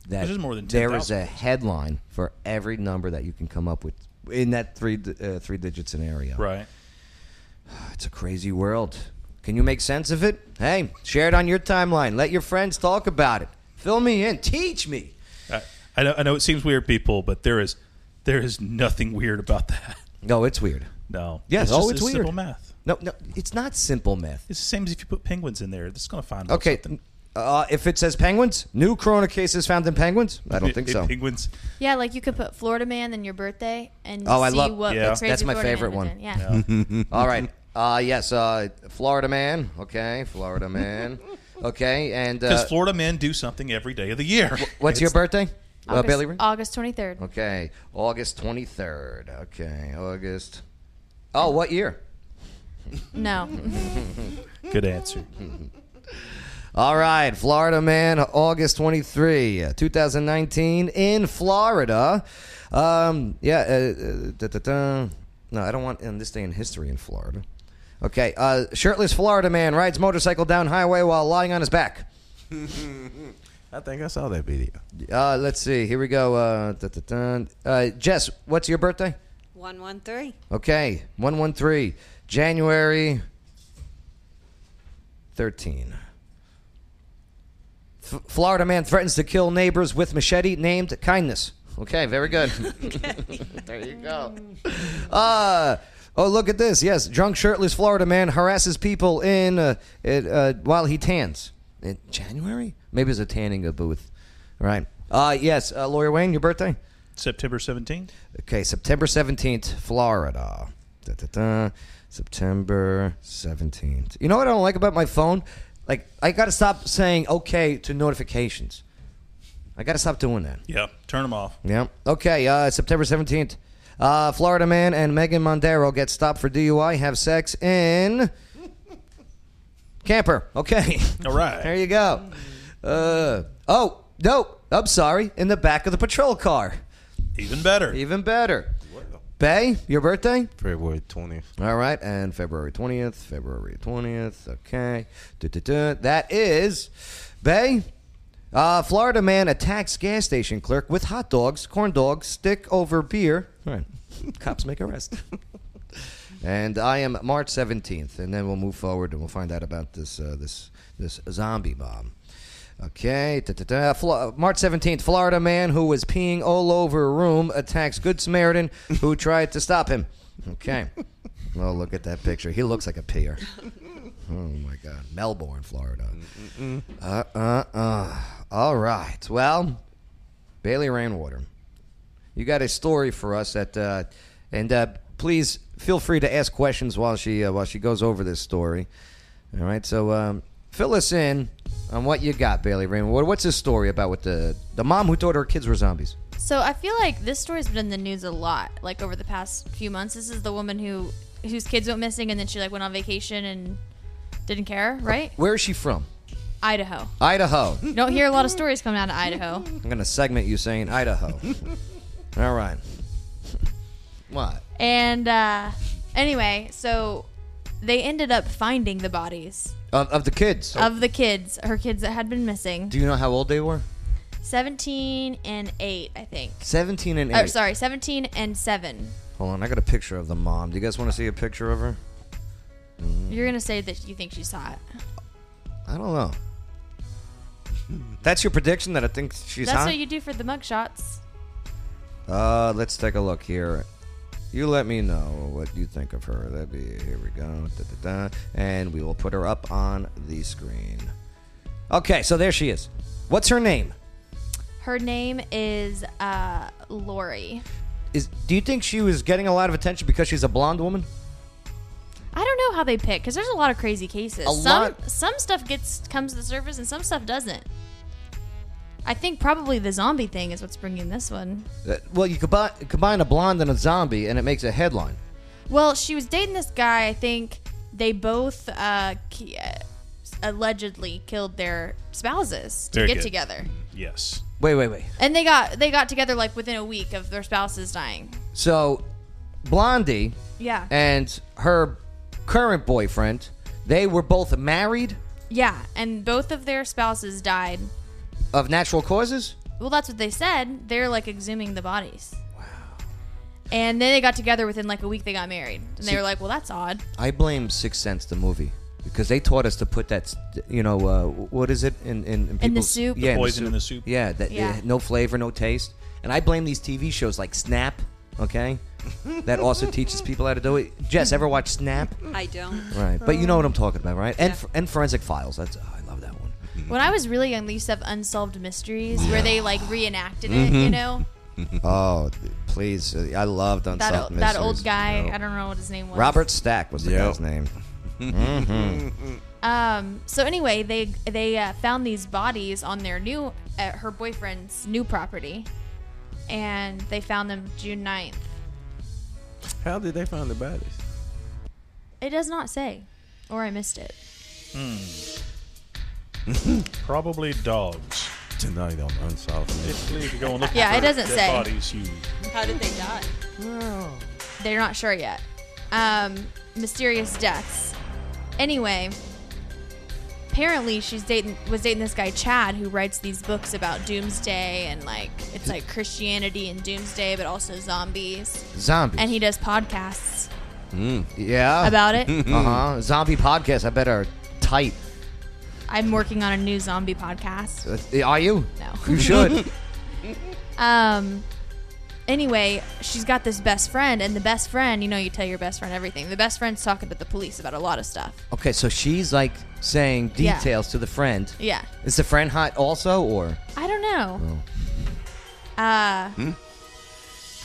Speaker 1: That
Speaker 3: This is more than
Speaker 1: there is
Speaker 3: 10,000.
Speaker 1: a headline for every number that you can come up with in that three uh, three digit scenario.
Speaker 3: Right.
Speaker 1: It's a crazy world. Can you make sense of it? Hey, share it on your timeline. Let your friends talk about it. Fill me in. Teach me.
Speaker 3: I, I know. I know it seems weird, people, but there is there is nothing weird about that.
Speaker 1: No, it's weird.
Speaker 3: *laughs* No.
Speaker 1: Yes.
Speaker 3: It's
Speaker 1: oh,
Speaker 3: just-
Speaker 1: it's,
Speaker 3: it's
Speaker 1: weird.
Speaker 3: simple math.
Speaker 1: No, no, it's not simple math.
Speaker 3: It's the same as if you put penguins in there. It's going to find
Speaker 1: Okay. Uh, if it says penguins, new corona cases found in penguins. I don't think
Speaker 3: *laughs*
Speaker 1: so.
Speaker 3: Penguins.
Speaker 6: Yeah, like you could put Florida man and your birthday and
Speaker 1: Oh, I
Speaker 6: see
Speaker 1: love
Speaker 6: what
Speaker 1: that's,
Speaker 6: crazy
Speaker 1: that's my
Speaker 6: Florida man
Speaker 1: favorite
Speaker 6: would
Speaker 1: one.
Speaker 6: do. Yeah.
Speaker 1: *laughs* All right. Uh, yes. Uh, Florida man. Okay. Florida man. Okay. And
Speaker 3: Because
Speaker 1: uh,
Speaker 3: Florida men do something every day of the year.
Speaker 1: what's your birthday? Uh,
Speaker 6: August,
Speaker 1: Bailey. Ring?
Speaker 6: August 23rd.
Speaker 1: Okay. August twenty third. Okay. August. Oh, what year? *laughs*
Speaker 6: No.
Speaker 3: Good answer.
Speaker 1: Hmm. All right, Florida man, August 23, uh, 2019, in Florida. Um, yeah, uh, uh, da, da, da. No, I don't want in this day in history in Florida. Okay, uh, shirtless Florida man rides motorcycle down highway while lying on his back.
Speaker 11: I think I saw that video.
Speaker 1: Uh, let's see. Here we go. Uh, da, da, da. Uh, Jess, what's your birthday?
Speaker 5: 113.
Speaker 1: Okay, 113, January 13. F- Florida man threatens to kill neighbors with machete named Kindness. Okay, very good. *laughs* there you go. Uh, oh, look at this. Yes, drunk, shirtless Florida man harasses people in uh, it, uh, while he tans. In January? Maybe it's a tanning uh, booth. All right. Uh, yes, uh, Lawyer Wayne, your birthday?
Speaker 3: September 17th.
Speaker 1: Okay, September 17th, Florida. Da, da, da. September 17th. You know what I don't like about my phone? Like, I got to stop saying okay to notifications. I got to stop doing that.
Speaker 3: Yeah, turn them off.
Speaker 1: Yeah. Okay. Uh, September 17th. Uh, Florida man and Megan Mondero get stopped for DUI, have sex in camper. Okay.
Speaker 3: All right.
Speaker 1: there you go. Uh, oh, no. I'm sorry. In the back of the patrol car.
Speaker 3: Even better.
Speaker 1: Even better. Bay, your birthday?
Speaker 11: February 20th.
Speaker 1: All right, and February 20th, February 20th. Okay. Du-du-du. That is Bay. Uh, Florida man attacks gas station clerk with hot dogs, corn dogs, stick over beer. All right. *laughs* Cops make arrest. and I am March 17th, and then we'll move forward and we'll find out about this uh, this this zombie bomb. Okay, da-da-da. Flo- March 17th, Florida man who was peeing all over a room attacks Good Samaritan who tried to stop him. Okay. Oh, look at that picture. He looks like a peer. Oh, my God. Melbourne, Florida. Uh, uh, uh. All right. Well, Bailey Rainwater, you got a story for us that, uh, and uh, please feel free to ask questions while she uh, while she goes over this story. All right. So um, fill us in on what you got, Bailey Rainwater. What's this story about with the the mom who told her kids were zombies?
Speaker 6: So I feel like this story's been in the news a lot, like over the past few months. This is the woman who whose kids went missing, and then she like went on vacation and didn't care, right?
Speaker 1: Where is she from?
Speaker 6: Idaho.
Speaker 1: *laughs* Idaho.
Speaker 6: You don't hear a lot of stories coming out of
Speaker 1: *laughs*
Speaker 6: Idaho.
Speaker 1: I'm gonna segment you saying Idaho. *laughs* All right. What?
Speaker 6: And uh, anyway, so they ended up finding the bodies
Speaker 1: Of, of the kids.
Speaker 3: Oh.
Speaker 6: of the kids, her kids that had been missing,
Speaker 1: Do you know how old they were?
Speaker 6: seventeen and eight, I think.
Speaker 1: 17 and 8.
Speaker 6: Oh, sorry, seventeen and seven.
Speaker 1: Hold on, I got a picture of the mom. Do you guys want to see a picture of her? Mm,
Speaker 6: You're gonna say that you think she's hot.
Speaker 1: I don't know. *laughs* That's your prediction that I think she's
Speaker 6: That's
Speaker 1: hot?
Speaker 6: what you do for the mugshots.
Speaker 1: Uh, let's take a look here. You let me know what you think of her. That'd be here we go. Da, da, da. And we will put her up on the screen. Okay, so there she is. What's her name?
Speaker 6: Her name is uh, Lori.
Speaker 1: Is do you think she was getting a lot of attention because she's a blonde woman?
Speaker 6: I don't know how they pick because there's a lot of crazy cases.
Speaker 1: A
Speaker 6: some
Speaker 1: lot.
Speaker 6: some stuff gets comes to the surface and some stuff doesn't. I think probably the zombie thing is what's bringing this one.
Speaker 1: Uh, well, you combine, combine a blonde and a zombie, and it makes a headline.
Speaker 6: Well, she was dating this guy. I think they both uh, ki- uh, allegedly killed their spouses to
Speaker 3: Very
Speaker 6: get
Speaker 3: good.
Speaker 6: together,
Speaker 3: Yes.
Speaker 1: Wait, wait, wait.
Speaker 6: and they got they got together like within a week of their spouses dying.
Speaker 1: So, Blondie
Speaker 6: Yeah,
Speaker 1: and her current boyfriend, they were both married
Speaker 6: yeah, and both of their spouses died.
Speaker 1: of natural causes.
Speaker 6: Well, that's what they said. They're like exhuming the bodies. Wow. And then they got together within like a week. They got married, and they
Speaker 1: See-
Speaker 6: were like, "Well, that's odd."
Speaker 1: I blame Sixth Sense, the movie, because they taught us to put that, st- you know, uh, what is it in in, in,
Speaker 6: In the
Speaker 1: people's-
Speaker 6: soup? The
Speaker 1: Yeah,
Speaker 3: poison in the soup.
Speaker 1: Yeah, that
Speaker 6: Yeah.
Speaker 1: uh, no flavor, no taste. And I blame these TV shows like Snap.
Speaker 6: *laughs*
Speaker 1: Okay, that also teaches people how to do it. Jess, ever watch Snap?
Speaker 5: I don't.
Speaker 1: Right, but you know what I'm talking about, right? And and Forensic Files. That's oh, I love that
Speaker 6: *laughs*
Speaker 1: one.
Speaker 6: When I was really young, they used to have unsolved mysteries where they like reenacted it. You
Speaker 1: Mhm.
Speaker 6: know
Speaker 1: oh, please! uh, I loved
Speaker 6: that
Speaker 1: Unsolved
Speaker 6: o- that old
Speaker 1: Mysteries.
Speaker 6: guy. I don't know what his name was.
Speaker 1: Robert Stack was the
Speaker 11: Yep.
Speaker 1: guy's name. Mhm.
Speaker 6: Um. So anyway, they they uh, found these bodies on their new uh, her boyfriend's new property, and they found them June 9th.
Speaker 11: How did they find the bodies?
Speaker 6: It does not say, or I missed it.
Speaker 3: Probably dogs.
Speaker 11: Tonight on Unsolved.
Speaker 3: If you go and look
Speaker 6: Yeah,
Speaker 3: for
Speaker 6: it doesn't
Speaker 3: dead
Speaker 6: say.
Speaker 3: bodies, you
Speaker 5: How did they die?
Speaker 6: They're not sure yet. Um, mysterious deaths. Anyway, apparently she's dating was dating this guy Chad who writes these books about doomsday and like it's like Christianity and doomsday, but also zombies.
Speaker 1: Zombies.
Speaker 6: And he does podcasts.
Speaker 1: Yeah. *laughs*
Speaker 6: About it?
Speaker 1: uh huh. Zombie podcast. I bet are tight.
Speaker 6: I'm working on a new zombie podcast.
Speaker 1: Uh, Are you?
Speaker 6: No.
Speaker 1: *laughs* You should.
Speaker 6: *laughs* Um. Anyway, she's got this best friend, and the best friend, you know, you tell your best friend everything. The best friend's talking to the police about a lot of stuff.
Speaker 1: okay, so she's like saying
Speaker 6: Yeah.
Speaker 1: details to the friend.
Speaker 6: Yeah.
Speaker 1: Is the friend hot also, or?
Speaker 6: I don't know. Uh,
Speaker 1: Hmm?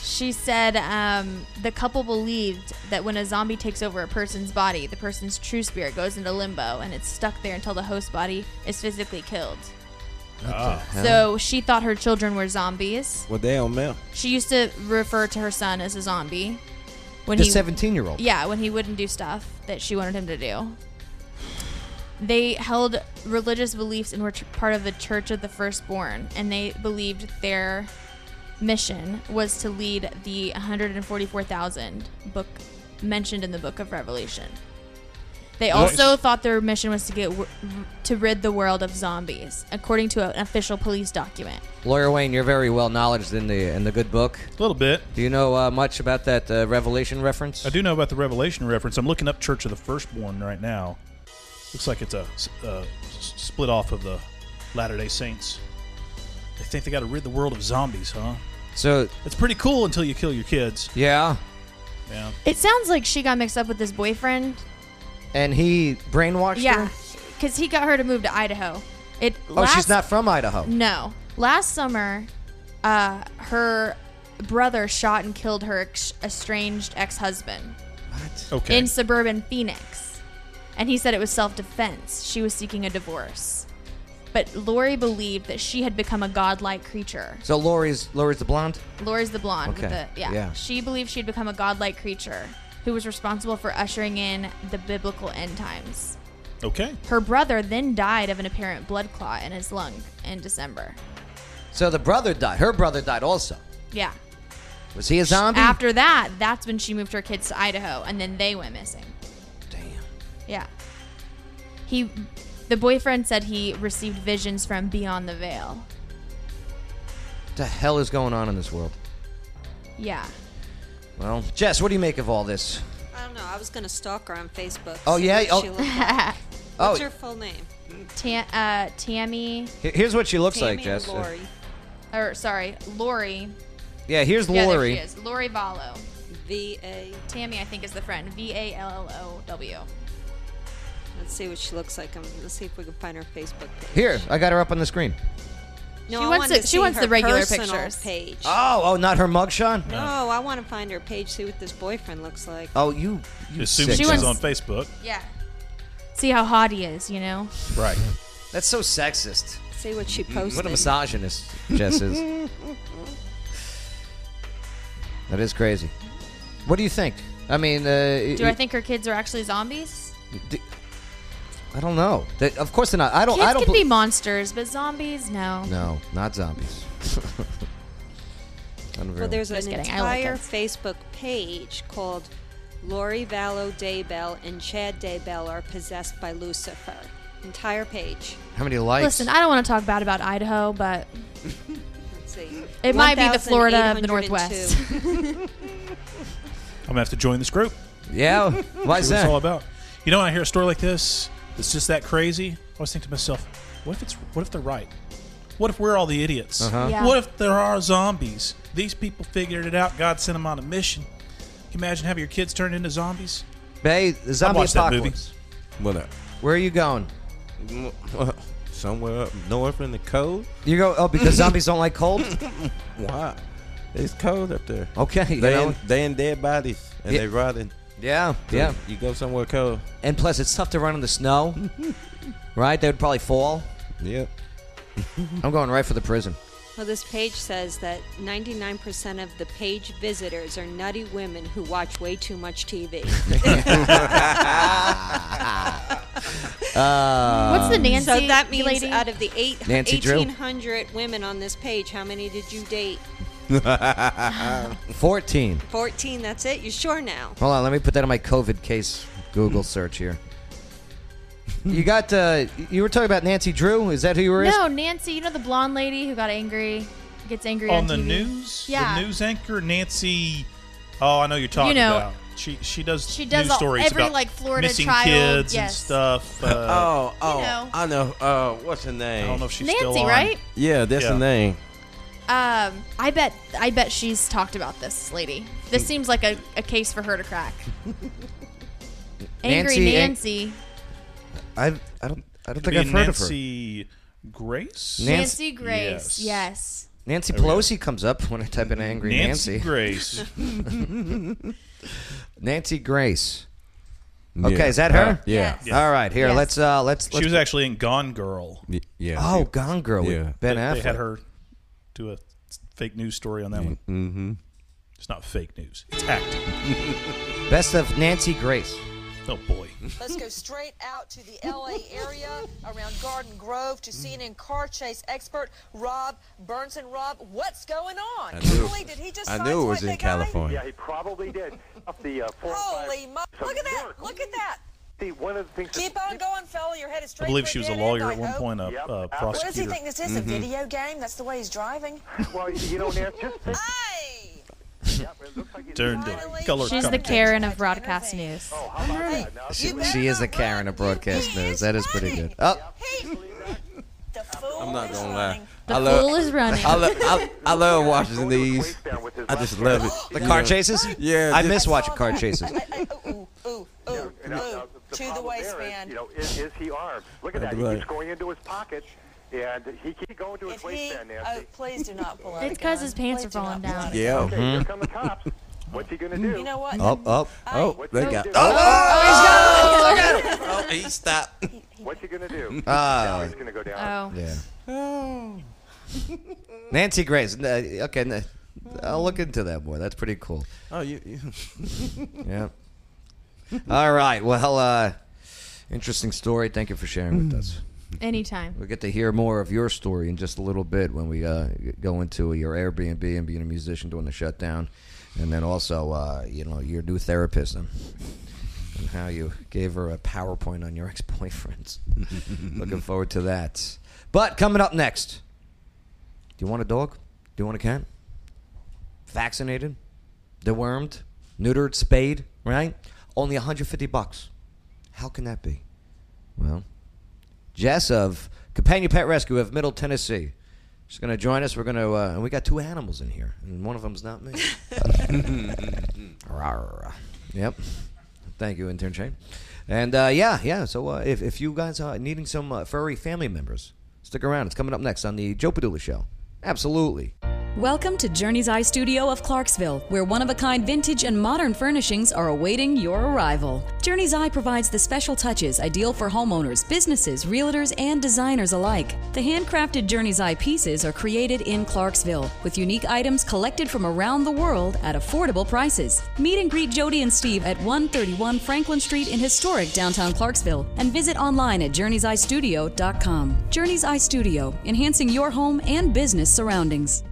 Speaker 6: she said um, the couple believed that when a zombie takes over a person's body, the person's true spirit goes into limbo and it's stuck there until the host body is physically killed. So she thought her children were zombies.
Speaker 11: Well, damn, man.
Speaker 6: She used to refer to her son as a zombie.
Speaker 11: The 17-year-old.
Speaker 6: Yeah, when he wouldn't do stuff that she wanted him to do. They held religious beliefs and were ch- part of the Church of the Firstborn, and they believed their mission was to lead the 144,000 book mentioned in the Book of Revelation. They
Speaker 15: Nice.
Speaker 6: also thought their mission was to get w- to rid the world of zombies, according to an official police document.
Speaker 1: Lawyer Wayne, you're very well knowledged in the in the good book.
Speaker 3: A little bit.
Speaker 1: Do you know uh, much about that uh, Revelation reference?
Speaker 3: I do know about the Revelation reference. I'm looking up Church of the Firstborn right now. Looks like it's a, s- uh, s split off of the Latter Day Saints. They think they got to rid the world of zombies, huh?
Speaker 1: So
Speaker 3: it's pretty cool until you kill your kids.
Speaker 1: Yeah.
Speaker 3: Yeah.
Speaker 6: It sounds like she got mixed up with this boyfriend.
Speaker 1: And he brainwashed
Speaker 6: Yeah,
Speaker 1: her.
Speaker 6: because he got her to move to Idaho. It.
Speaker 1: Oh,
Speaker 6: last, Mm.
Speaker 1: she's not from Idaho.
Speaker 6: No, last summer, uh, her brother shot and killed her ex- estranged ex-husband
Speaker 3: Okay.
Speaker 6: in suburban Phoenix, and he said it was self-defense. She was seeking a divorce, but Lori believed that she had become a godlike creature.
Speaker 1: So Lori's Lori's the blonde.
Speaker 6: Lori's the blonde with
Speaker 1: Okay,
Speaker 6: the yeah.
Speaker 1: yeah.
Speaker 6: She believed she'd become a godlike creature who was responsible for ushering in the biblical end times.
Speaker 3: Okay.
Speaker 6: Her brother then died of an apparent blood clot in his lung in December.
Speaker 1: So the brother died. Her brother died also.
Speaker 6: Yeah.
Speaker 1: Was he a zombie?
Speaker 6: After that, that's when she moved her kids to Idaho and then they went missing. Damn. Yeah. He the boyfriend said he received visions from beyond the veil.
Speaker 1: What the hell is going on in this world? *laughs*
Speaker 6: Yeah.
Speaker 1: Well, Jess, what do you make of all this?
Speaker 5: I don't know. I was gonna stalk her on Facebook.
Speaker 1: Oh,
Speaker 5: see
Speaker 1: yeah?
Speaker 5: what
Speaker 1: Oh.
Speaker 5: She looked like.
Speaker 1: Oh.
Speaker 5: What's her full name?
Speaker 6: Tam- uh, Tammy
Speaker 1: Here- Here's what she looks like,
Speaker 6: Tammy
Speaker 1: Jess.
Speaker 6: Lori. or sorry, Lori.
Speaker 1: Yeah, here's
Speaker 6: Yeah, there
Speaker 1: Lori.
Speaker 6: she is. Lori Vallow. V A Tammy, I think, is the friend. V A L L O W.
Speaker 5: Let's see what she looks like. Um, let's see if we can find her Facebook page.
Speaker 1: Here, I got her up on the screen.
Speaker 5: No,
Speaker 6: She
Speaker 5: I
Speaker 6: wants
Speaker 5: want
Speaker 6: the-
Speaker 5: to
Speaker 6: she
Speaker 5: see
Speaker 6: wants
Speaker 5: her
Speaker 6: the regular
Speaker 5: personal
Speaker 6: pictures.
Speaker 5: Page.
Speaker 1: Oh, oh, not her mugshot.
Speaker 5: No, I want to find her page. See what this boyfriend looks like.
Speaker 1: Oh, you. you
Speaker 3: Assume
Speaker 1: sick.
Speaker 3: she's on Facebook.
Speaker 6: Yeah. See how hot he is, you know?
Speaker 3: Right.
Speaker 1: That's so sexist.
Speaker 5: See what she posted.
Speaker 1: Mm, What a misogynist Jess is.
Speaker 6: *laughs*
Speaker 1: That is crazy. What do you think? I mean, uh,
Speaker 6: Do I think her kids are actually zombies?
Speaker 1: d- I don't know. That- of course they're not. I don't.
Speaker 6: kids
Speaker 1: I don't.
Speaker 6: can
Speaker 1: bel-
Speaker 6: be monsters, but zombies, no.
Speaker 1: no, not zombies. *laughs* Unreal.
Speaker 5: Well, there's
Speaker 6: Just
Speaker 5: an
Speaker 6: kidding, I like
Speaker 5: entire
Speaker 6: it.
Speaker 5: Facebook page called Lori Vallow Daybell and Chad Daybell are possessed by Lucifer. Entire page.
Speaker 1: How many likes?
Speaker 6: Listen, I don't want to talk bad about Idaho, but
Speaker 5: Let's see.
Speaker 6: it might be the Florida of the
Speaker 5: 1,802.
Speaker 6: Northwest.
Speaker 3: I'm gonna have to join this group.
Speaker 6: *laughs*
Speaker 1: Yeah, why is
Speaker 3: See what
Speaker 1: that?
Speaker 3: It's all about. You know, when I hear a story like this, it's just that crazy. I always think to myself, what if it's what if they're right? What if we're all the idiots?
Speaker 1: Uh-huh. Yeah.
Speaker 3: What if there are zombies? These people figured it out. God sent them on a mission. Can you imagine having your kids turned into zombies?
Speaker 1: Bay, the zombie
Speaker 3: watched that movie.
Speaker 1: apocalypse. Where are you going?
Speaker 11: Somewhere up north in the cold.
Speaker 1: You go. Oh,
Speaker 3: *laughs*
Speaker 1: because zombies don't like cold.
Speaker 11: Why? It's cold up there.
Speaker 1: Okay, you
Speaker 11: Oh, They,
Speaker 1: know.
Speaker 11: in, they in dead bodies and
Speaker 1: Yeah.
Speaker 11: they rotting.
Speaker 1: Yeah,
Speaker 11: So
Speaker 1: yeah.
Speaker 11: You go somewhere cold.
Speaker 1: And plus, it's tough to run in the
Speaker 3: *laughs*
Speaker 1: snow, right? They would probably fall.
Speaker 11: Yep.
Speaker 1: I'm going right for the prison.
Speaker 5: *laughs* Well, this page says that 99% of the page visitors are nutty women who watch way too much TV.
Speaker 1: Uh,
Speaker 6: Um,
Speaker 5: So that means
Speaker 6: lady?
Speaker 5: out of the eight,
Speaker 1: Nancy Drew?
Speaker 5: 1,800 women on this page, how many did you date?
Speaker 1: Fourteen.
Speaker 5: 14, that's it? You sure now?
Speaker 1: Hold on, let me put that in my COVID case Google search here. *laughs* You got uh, you were talking about Nancy Drew. Is that who you were?
Speaker 6: No, Nancy, you know the blonde lady who got angry, gets angry on,
Speaker 3: on the
Speaker 6: TV?
Speaker 3: news.
Speaker 6: Yeah.
Speaker 3: The news anchor Nancy. Oh, I know you're talking
Speaker 6: You know-
Speaker 3: about. She she does
Speaker 6: She does
Speaker 3: news
Speaker 6: all-
Speaker 3: stories
Speaker 6: every,
Speaker 3: about
Speaker 6: like, Florida
Speaker 3: missing
Speaker 6: child,
Speaker 3: kids and
Speaker 6: yes.
Speaker 3: stuff.
Speaker 1: *laughs*
Speaker 3: Uh,
Speaker 11: oh, oh,
Speaker 6: know.
Speaker 11: I know. Uh, what's her name?
Speaker 3: I don't know if she's
Speaker 6: Nancy, still on. right?
Speaker 11: Yeah, that's
Speaker 3: Yeah.
Speaker 11: the name.
Speaker 6: Um, I bet, I bet she's talked about this lady. This seems like a, a case for her to *laughs* crack. Angry
Speaker 1: Nancy-
Speaker 6: Nancy.
Speaker 1: I I don't I don't think
Speaker 3: Could be
Speaker 1: I've heard
Speaker 3: Nancy Grace.
Speaker 1: Nan-
Speaker 6: Nancy Grace. Yes.
Speaker 1: of her. Nancy
Speaker 3: There we go.
Speaker 1: Pelosi comes up when I type in angry Nancy.
Speaker 3: Oh, Nancy Grace.
Speaker 1: *laughs* Nancy Grace.
Speaker 11: Yeah.
Speaker 1: Okay, is that her?
Speaker 11: Uh, yeah. Yes.
Speaker 1: All right, here
Speaker 3: Yes.
Speaker 1: let's uh let's.
Speaker 3: she
Speaker 1: let's
Speaker 3: was actually in Gone Girl.
Speaker 11: Y- yeah.
Speaker 1: Oh, Gone Girl with
Speaker 11: Yeah.
Speaker 1: Ben
Speaker 3: they,
Speaker 1: Affleck.
Speaker 3: they had her do a fake news story on that one.
Speaker 11: Mm-hmm.
Speaker 3: It's not fake news. It's acting.
Speaker 1: Best of Nancy Grace.
Speaker 3: oh boy.
Speaker 15: Let's go straight out to the LA area around Garden Grove to CNN car chase expert Rob Burnson. Rob, what's going on?
Speaker 11: I knew-
Speaker 15: Holy, did he just
Speaker 11: I knew it was
Speaker 15: sideswipe
Speaker 11: in
Speaker 15: that guy?
Speaker 11: California.
Speaker 16: Yeah, he probably did. Up the uh, four.
Speaker 15: Holy mo- Look at that! Look at that!
Speaker 16: See, one of the things.
Speaker 15: Keep on going, fella. Your head is straight.
Speaker 3: I believe
Speaker 15: for
Speaker 3: she was a
Speaker 15: dead
Speaker 3: lawyer at
Speaker 15: end, I
Speaker 3: one
Speaker 15: hope.
Speaker 3: point, a, a
Speaker 15: What does he
Speaker 3: prosecutor.
Speaker 15: think this is? A
Speaker 1: Mm-hmm.
Speaker 15: video game? That's the way he's driving.
Speaker 16: Well, you know, Nancy,
Speaker 15: *laughs*
Speaker 16: just think.
Speaker 3: Turned the color
Speaker 6: She's the
Speaker 3: company.
Speaker 6: Karen of broadcast news.
Speaker 1: She, she is a Karen of broadcast news. That is pretty good. Oh,
Speaker 11: I'm not gonna lie.
Speaker 6: The
Speaker 11: I love,
Speaker 6: fool is running.
Speaker 11: *laughs* I, lo- I, I love watching these. I just love it.
Speaker 1: the
Speaker 11: You
Speaker 1: car
Speaker 11: know?
Speaker 1: chases.
Speaker 11: Yeah,
Speaker 1: I
Speaker 11: just-
Speaker 1: miss watching car chases.
Speaker 15: To the waistband.
Speaker 16: You know, is, is he armed? Look at
Speaker 11: That's
Speaker 16: that. He
Speaker 11: right.
Speaker 16: keeps going into his pocket, and he keeps going to his waistband,
Speaker 15: Oh,
Speaker 16: Nancy.
Speaker 15: please do not pull out.
Speaker 6: It's
Speaker 15: a
Speaker 6: because his
Speaker 15: gun.
Speaker 6: pants are
Speaker 15: Please do
Speaker 6: falling
Speaker 15: not pull
Speaker 6: down.
Speaker 15: out a
Speaker 11: Yeah. Mm-hmm.
Speaker 16: Okay, here come the cops. What's he gonna do?
Speaker 15: gun. oh. You know what?
Speaker 11: Oh, oh, oh, they got.
Speaker 6: oh,
Speaker 15: oh, he's
Speaker 11: oh, he stopped. *laughs*
Speaker 16: What's he gonna do?
Speaker 1: Oh.
Speaker 16: Now he's gonna go
Speaker 6: Uh,
Speaker 16: down.
Speaker 1: *laughs*
Speaker 6: oh.
Speaker 1: Yeah. Nancy Grace. n- uh, Okay, n- I'll look into that more. That's pretty cool.
Speaker 11: Oh, you. you. *laughs*
Speaker 1: Yeah. All right. Well, uh, interesting story. Thank you for sharing with
Speaker 3: Hmm.
Speaker 1: us.
Speaker 6: Anytime.
Speaker 1: We'll get to hear more of your story in just a little bit when we uh, go into your Airbnb and being a musician during the shutdown, and then also uh, you know your new therapist and, and how you gave her a PowerPoint on your *laughs* ex-boyfriends. Looking forward to that. But coming up next, do you want a dog? Do you want a cat? Vaccinated, dewormed, neutered, spayed, right? Only 150 bucks. How can that be? Well, Jess of Companion Pet Rescue of Middle Tennessee. She's going to join us. We're going to, uh, and we got two animals in here, and one of them's not me. Rawr. Yep. Thank you, intern Shane. And uh, yeah, yeah. So uh, if, if you guys are needing some uh, furry family members, stick around. It's coming up next on the Joe Padula Show. Absolutely.
Speaker 17: Welcome to Journey's Eye Studio of Clarksville, where one of a kind vintage and modern furnishings are awaiting your arrival. Journey's Eye provides the special touches ideal for homeowners, businesses, realtors, and designers alike. The handcrafted Journey's Eye pieces are created in Clarksville with unique items collected from around the world at affordable prices. Meet and greet Jody and Steve at 131 Franklin Street in historic downtown Clarksville and visit online at journeyseyestudio.com. Journey's Eye Studio, enhancing your home and business surroundings.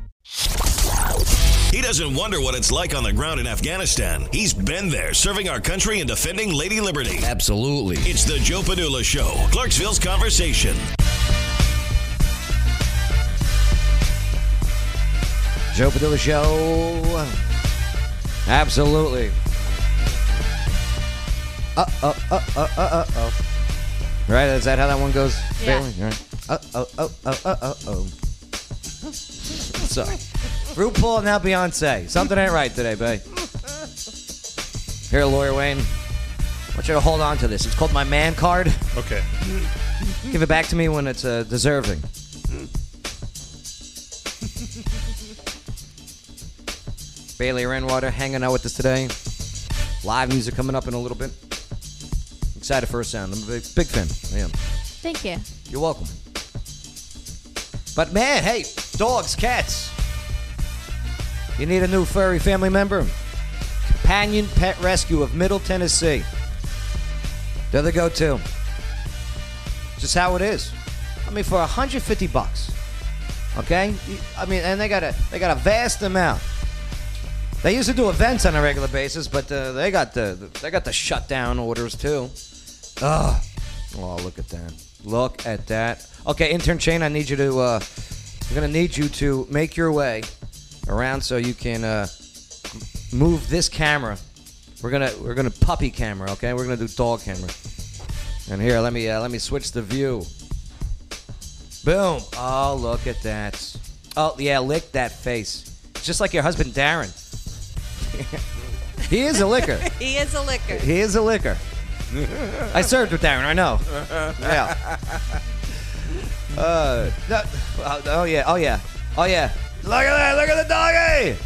Speaker 18: He doesn't wonder what it's like on the ground in Afghanistan. He's been there serving our country and defending Lady Liberty.
Speaker 1: Absolutely.
Speaker 18: It's the Joe Padula Show, Clarksville's Conversation.
Speaker 1: Joe Padilla Show. Absolutely. Uh oh uh uh uh uh oh. Right? Is that how that one goes?
Speaker 19: Yeah.
Speaker 1: Bailey? All right. Uh oh uh uh uh uh oh. Sorry. RuPaul now Beyonce. Something ain't right today, babe. Here, lawyer Wayne. I want you to hold on to this. It's called my man card.
Speaker 3: Okay.
Speaker 1: Give it back to me when it's uh, deserving. Bailey Renwater hanging out with us today. Live music coming up in a little bit. Excited for her sound. I'm a big, big fan. I am.
Speaker 6: Thank you.
Speaker 1: You're welcome. But man, hey, dogs, cats. You need a new furry family member? Companion Pet Rescue of Middle Tennessee. They're the go-to. Just how it is. I mean, for 150 bucks, Okay, I mean, and they got a they got a vast amount. They used to do events on a regular basis, but uh, they got the they got the shutdown orders too. Ugh. Oh, look at that! Look at that! Okay, intern Shane, I need you to. Uh, I'm gonna need you to make your way around so you can uh, m- move this camera. We're gonna we're gonna puppy camera, okay? We're gonna do dog camera. And here, let me uh, let me switch the view. Boom! Oh, look at that. Oh yeah, lick that face. Just like your husband Darren. *laughs* he is a licker.
Speaker 5: he is a liquor.
Speaker 1: He is a licker. I served with Darren. I know. Yeah. Uh, no, oh, oh yeah, oh yeah, oh yeah. Look at that! Look at the doggy.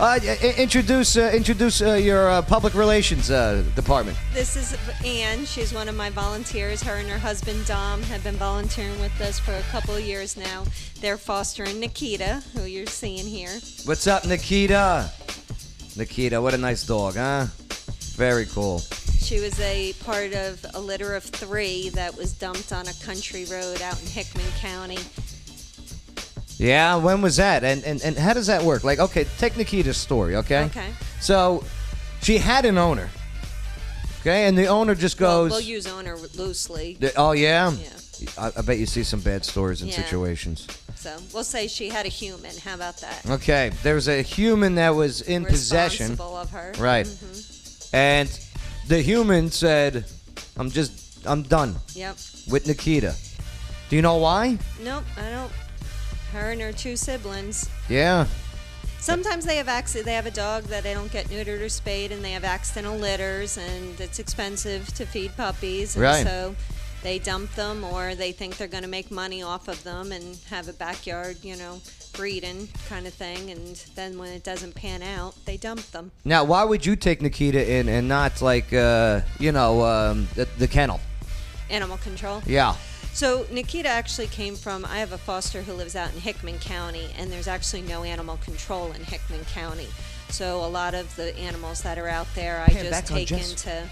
Speaker 1: Uh, i- introduce uh, introduce uh, your uh, public relations uh, department.
Speaker 5: This is Anne. She's one of my volunteers. Her and her husband Dom have been volunteering with us for a couple of years now. They're fostering Nikita, who you're seeing here.
Speaker 1: What's up, Nikita? Nikita, what a nice dog, huh? Very cool.
Speaker 5: She was a part of a litter of three that was dumped on a country road out in Hickman County.
Speaker 1: Yeah, when was that? And and, and how does that work? Like, okay, take Nikita's story, okay?
Speaker 5: Okay.
Speaker 1: So, she had an owner, okay, and the owner just goes.
Speaker 5: We'll use owner loosely.
Speaker 1: The- oh yeah. I, I bet you see some bad stories and
Speaker 5: Yeah.
Speaker 1: situations.
Speaker 5: So we'll say she had a human. How about that?
Speaker 1: Okay, there was a human that was in possession.
Speaker 5: Responsible Mm-hmm. of her.
Speaker 1: Right. And the human said, "I'm just, I'm done."
Speaker 5: Yep.
Speaker 1: With Nikita. Do you know why?
Speaker 5: Nope, I don't. Her and her two siblings.
Speaker 1: Yeah.
Speaker 5: Sometimes they have acci- they have a dog that they don't get neutered or spayed, and they have accidental litters, and it's expensive to feed puppies, and
Speaker 1: Right.
Speaker 5: so they dump them, or they think they're going to make money off of them and have a backyard, you know, breeding kind of thing, and then when it doesn't pan out, they dump them.
Speaker 1: Now, why would you take Nikita in and not like, uh, you know, um, the, the kennel?
Speaker 5: Animal control.
Speaker 1: Yeah.
Speaker 5: So Nikita actually came from. I have a foster who lives out in Hickman County, and there's actually no animal control in Hickman County. So a lot of the animals that are out there, I
Speaker 1: Pan
Speaker 5: just
Speaker 1: back on
Speaker 5: take
Speaker 1: Jess.
Speaker 5: into.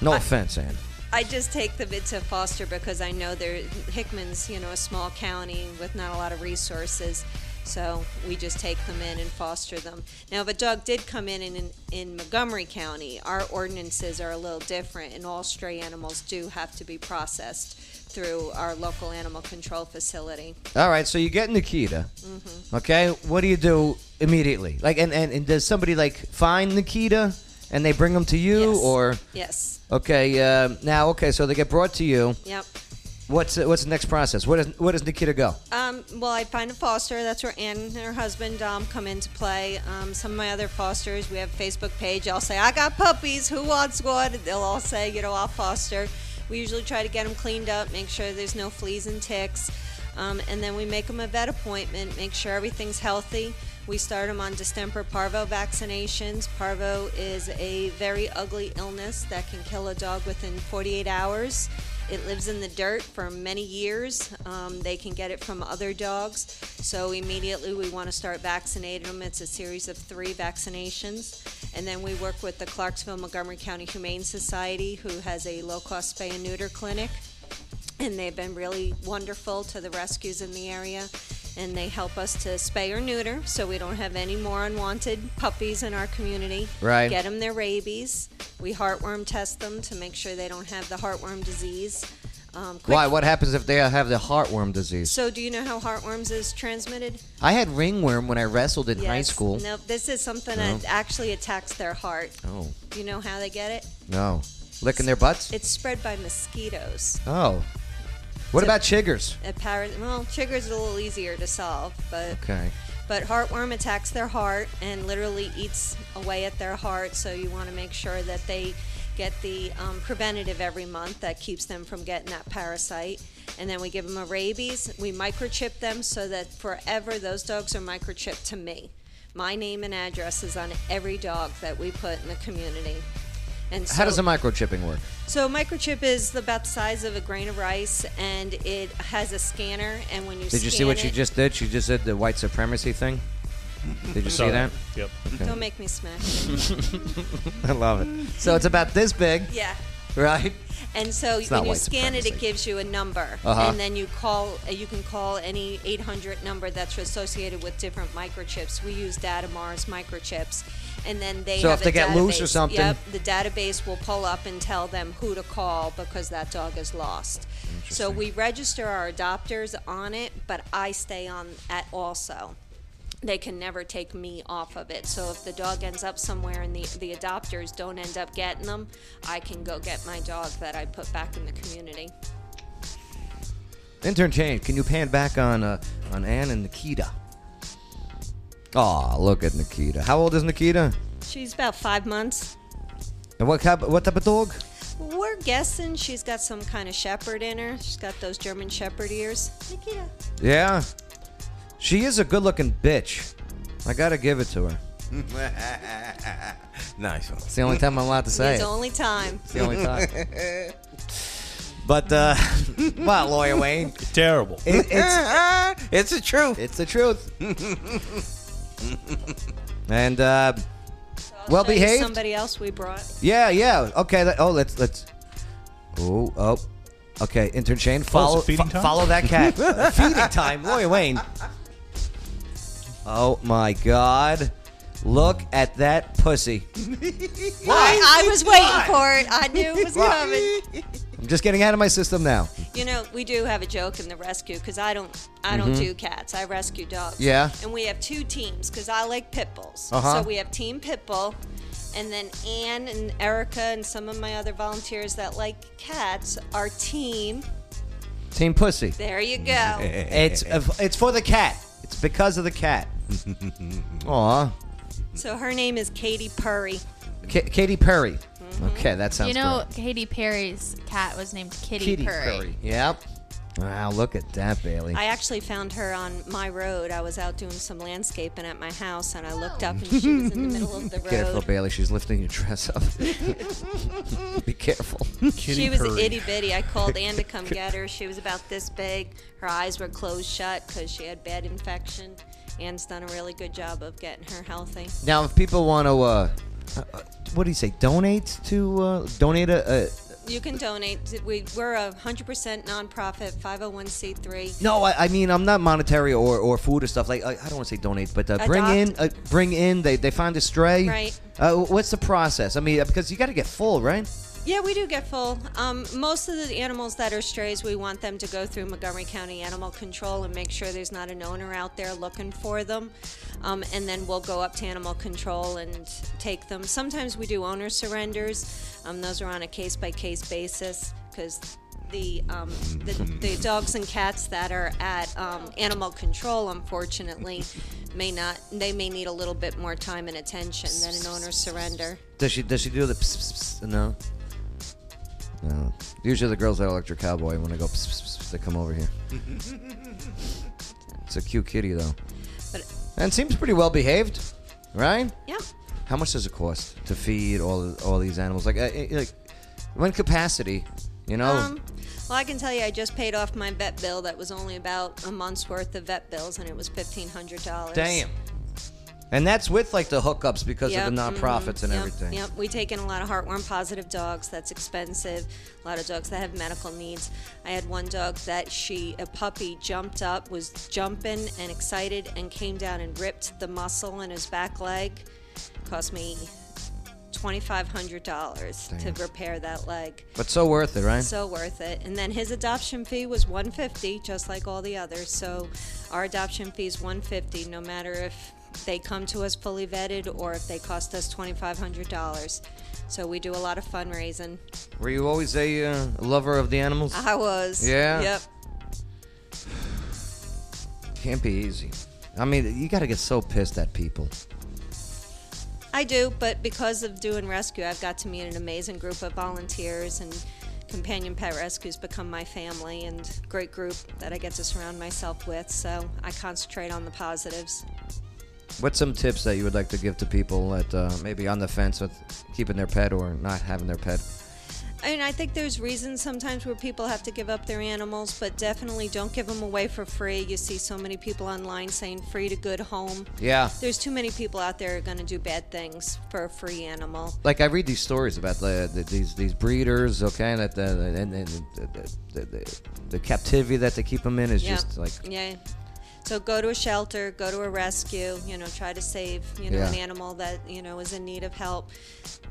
Speaker 1: No offense, Ann.
Speaker 5: I just take them into foster because I know they're Hickman's, you know, a small county with not a lot of resources. So we just take them in and foster them. Now, if a dog did come in in, in, Montgomery County, our ordinances are a little different, and all stray animals do have to be processed through our local animal control facility.
Speaker 1: All right, so you get Nikita.
Speaker 5: Mm-hmm.
Speaker 1: Okay, what do you do immediately? Like, and, and, and does somebody like find Nikita and they bring him to you, or
Speaker 5: Yes.
Speaker 1: Okay, uh, now okay, so they get brought to you.
Speaker 5: Yep.
Speaker 1: What's uh, what's the next process? Where does where does Nikita go?
Speaker 5: Um, well, I find a foster. That's where Ann and her husband Dom come into play. Um, some of my other fosters, we have a Facebook page. I'll say, I got puppies. Who wants one? And They'll all say, you know, I'll foster. We usually try to get them cleaned up, make sure there's no fleas and ticks. Um, and then we make them a vet appointment, make sure everything's healthy. We start them on distemper parvo vaccinations. Parvo is a very ugly illness that can kill a dog within 48 hours. It lives in the dirt for many years. Um, they can get it from other dogs. So immediately we want to start vaccinating them. It's a series of three vaccinations. And then we work with the Clarksville Montgomery County Humane Society, who has a low cost spay and neuter clinic and they've been really wonderful to the rescues in the area and they help us to spay or neuter so we don't have any more unwanted puppies in our community
Speaker 1: Right.
Speaker 5: get them their rabies we heartworm test them to make sure they don't have the heartworm disease um, quick-
Speaker 1: Why? What happens if they have the heartworm disease?
Speaker 5: so do you know how heartworms is transmitted
Speaker 1: I had ringworm when I wrestled in high
Speaker 5: Yes.
Speaker 1: school.
Speaker 5: no this is something
Speaker 1: No.
Speaker 5: that actually attacks their heart
Speaker 1: Oh
Speaker 5: do you know how they get it
Speaker 1: no, licking their butts.
Speaker 5: it's spread by mosquitoes
Speaker 1: Oh, what about chiggers?
Speaker 5: Appar- well triggers is a little easier to solve but
Speaker 1: Okay.
Speaker 5: But heartworm attacks their heart and literally eats away at their heart. So you want to make sure that they get the um, preventative every month that keeps them from getting that parasite. And then we give them a rabies. We microchip them so that forever those dogs are microchipped to me. My name and address is on every dog that we put in the community. And so,
Speaker 1: How does the microchipping work?
Speaker 5: so microchip is about the size of a grain of rice, and it has a scanner. And when you
Speaker 1: Did you see
Speaker 5: scan
Speaker 1: what she
Speaker 5: it-
Speaker 1: just did? She just did the white supremacy thing. Did you
Speaker 5: Saw
Speaker 1: see that?
Speaker 5: that.
Speaker 1: Yep.
Speaker 5: Don't make me smack. you.
Speaker 1: *laughs* I love it. So it's about this big.
Speaker 5: Yeah.
Speaker 1: right?
Speaker 5: And so
Speaker 1: It's
Speaker 5: when
Speaker 1: not
Speaker 5: you
Speaker 1: white
Speaker 5: scan it, it
Speaker 1: supremacy.
Speaker 5: gives you a number,
Speaker 1: Uh-huh.
Speaker 5: and then you call. uh, You can call any 800 number that's associated with different microchips. We use Datamar's microchips, and then they.
Speaker 1: So
Speaker 5: have
Speaker 1: if they
Speaker 5: a
Speaker 1: get loose or
Speaker 5: database.
Speaker 1: something-
Speaker 5: Yep, the database will pull up and tell them who to call because that dog is lost. So we register our adopters on it, but I stay on at also they can never take me off of it. So if the dog ends up somewhere and the, the adopters don't end up getting them, I can go get my dog that I put back in the community.
Speaker 1: Intern change. Can you pan back on uh, on Ann and Nikita? Oh, look at Nikita. How old is Nikita?
Speaker 5: She's about five months.
Speaker 1: And what type, what type of dog?
Speaker 5: We're guessing she's got some kind of shepherd in her. She's got those German shepherd ears. Nikita.
Speaker 1: Yeah. She is a good looking bitch. I gotta give it to her.
Speaker 11: nice one. *laughs*
Speaker 1: It's the only time I'm allowed to say
Speaker 5: It's
Speaker 1: it.
Speaker 5: the only time.
Speaker 1: It's the only
Speaker 5: *laughs*
Speaker 1: time. But, uh, *laughs* what, Lawyer Wayne?
Speaker 3: Terrible.
Speaker 1: It, it's, it's the truth. It's the truth. and, uh, well
Speaker 5: Show you
Speaker 1: behaved.
Speaker 5: Somebody else we brought.
Speaker 1: Yeah, yeah. Okay. Let, oh, let's let's. Oh, oh. Okay, intern Shane, follow
Speaker 13: Oh, feeding
Speaker 1: fo-
Speaker 13: time?
Speaker 1: follow
Speaker 13: *laughs*
Speaker 1: that cat. Uh, feeding time, Lawyer Wayne. Oh my God! Look at that pussy.
Speaker 5: I, I was waiting for it. I knew it was
Speaker 1: Why?
Speaker 5: coming.
Speaker 1: I'm just getting out of my system now.
Speaker 5: You know, we do have a joke in the rescue because I don't, I don't
Speaker 1: Mhm.
Speaker 5: do cats. I rescue dogs.
Speaker 1: Yeah.
Speaker 5: And we have two teams because I like pit bulls.
Speaker 1: Uh-huh.
Speaker 5: So we have Team Pitbull, and then Anne and Erica and some of my other volunteers that like cats are Team.
Speaker 1: Team pussy.
Speaker 5: There you go.
Speaker 1: It's uh, it's for the cat. It's because of
Speaker 13: *laughs*
Speaker 1: the cat. Aw,
Speaker 5: So her name is Katie Purry.
Speaker 1: K- Katy Perry. Okay, that sounds.
Speaker 6: Mm-hmm. you know,
Speaker 1: correct.
Speaker 6: Katy Perry's cat was named Kitty,
Speaker 1: Kitty
Speaker 6: Purry.
Speaker 1: Yep. Wow, look at that, Bailey.
Speaker 5: I actually found her on my road. I was out doing some landscaping at my house, and I looked up, and she was in the middle of the
Speaker 1: *laughs* Careful,
Speaker 5: road.
Speaker 1: Bailey. She's lifting your dress
Speaker 5: *laughs*
Speaker 1: up. Be careful.
Speaker 5: she was itty bitty. I called Ann to come get her. She was about this big. Her eyes were closed shut because she had bad infection. Ann's done a really good job of getting her healthy.
Speaker 1: Now, if people want to, uh, uh, what do you say? Donate to uh, donate a. a
Speaker 5: You can donate. We, we're a 100% nonprofit, 501c3.
Speaker 1: no, I, I mean I'm not monetary or, or food or stuff like I, I don't want to say donate, but uh, bring in uh, bring in they they find a stray.
Speaker 5: Right.
Speaker 1: Uh, what's the process? I mean, uh, because you got to get full, right?
Speaker 5: Yeah, we do get full. Um, most of the animals that are strays, we want them to go through Montgomery County Animal Control and make sure there's not an owner out there looking for them. Um, and then we'll go up to Animal Control and take them. Sometimes we do owner surrenders. Um, those are on a case by case basis because the, um, the the dogs and cats that are at um, animal control, unfortunately, may not. They may need a little bit more time and attention than an owner surrender.
Speaker 1: Does she does she do the pss, pss, pss? no? No. Usually the girls at Electric Cowboy when I go pss, pss, pss, they come over here. It's a cute kitty though.
Speaker 5: But-
Speaker 1: and seems pretty well behaved, right?
Speaker 5: Yeah.
Speaker 1: How much does it cost to feed all all these animals? Like uh, uh, like when capacity, you know?
Speaker 5: Um, well, I can tell you, I just paid off my vet bill. That was only about a month's worth of vet bills, and it was fifteen hundred dollars.
Speaker 1: Damn. And that's with like the hookups because
Speaker 5: Yep,
Speaker 1: of the nonprofits
Speaker 5: mhm,
Speaker 1: and
Speaker 5: yep,
Speaker 1: everything.
Speaker 5: Yep, we take in a lot of heartworm positive dogs. That's expensive. A lot of dogs that have medical needs. I had one dog that she, a puppy, jumped up, was jumping and excited, and came down and ripped the muscle in his back leg. Cost me twenty five hundred dollars to
Speaker 1: Damn.
Speaker 5: repair that leg.
Speaker 1: But so worth it, right?
Speaker 5: So worth it. And then his adoption fee was 150 just like all the others. So our adoption fee is 150 no matter if they come to us fully vetted or if they cost us $2500. So we do a lot of fundraising. *laughs*
Speaker 1: Were you always a uh, lover of the animals?
Speaker 5: I was.
Speaker 1: Yeah.
Speaker 5: Yep.
Speaker 1: Can't be easy. I mean, you got to get so pissed at people.
Speaker 5: I do, but because of doing rescue, I've got to meet an amazing group of volunteers and Companion Pet Rescue's become my family and great group that I get to surround myself with. So I concentrate on the positives.
Speaker 1: What's some tips that you would like to give to people that uh, maybe on the fence with keeping their pet or not having their pet?
Speaker 5: I mean, I think there's reasons sometimes where people have to give up their animals, but definitely don't give them away for free. You see so many people online saying free to good home.
Speaker 1: Yeah.
Speaker 5: There's too many people out there going to do bad things for a free animal.
Speaker 1: Like I read these stories about the, the these these breeders, okay, that the and, and the, the, the, the captivity that they keep them in is
Speaker 5: yeah.
Speaker 1: just like
Speaker 5: Yeah. So go to a shelter, go to a rescue, you know, try to save, you know,
Speaker 1: Yeah.
Speaker 5: an animal that, you know, is in need of help.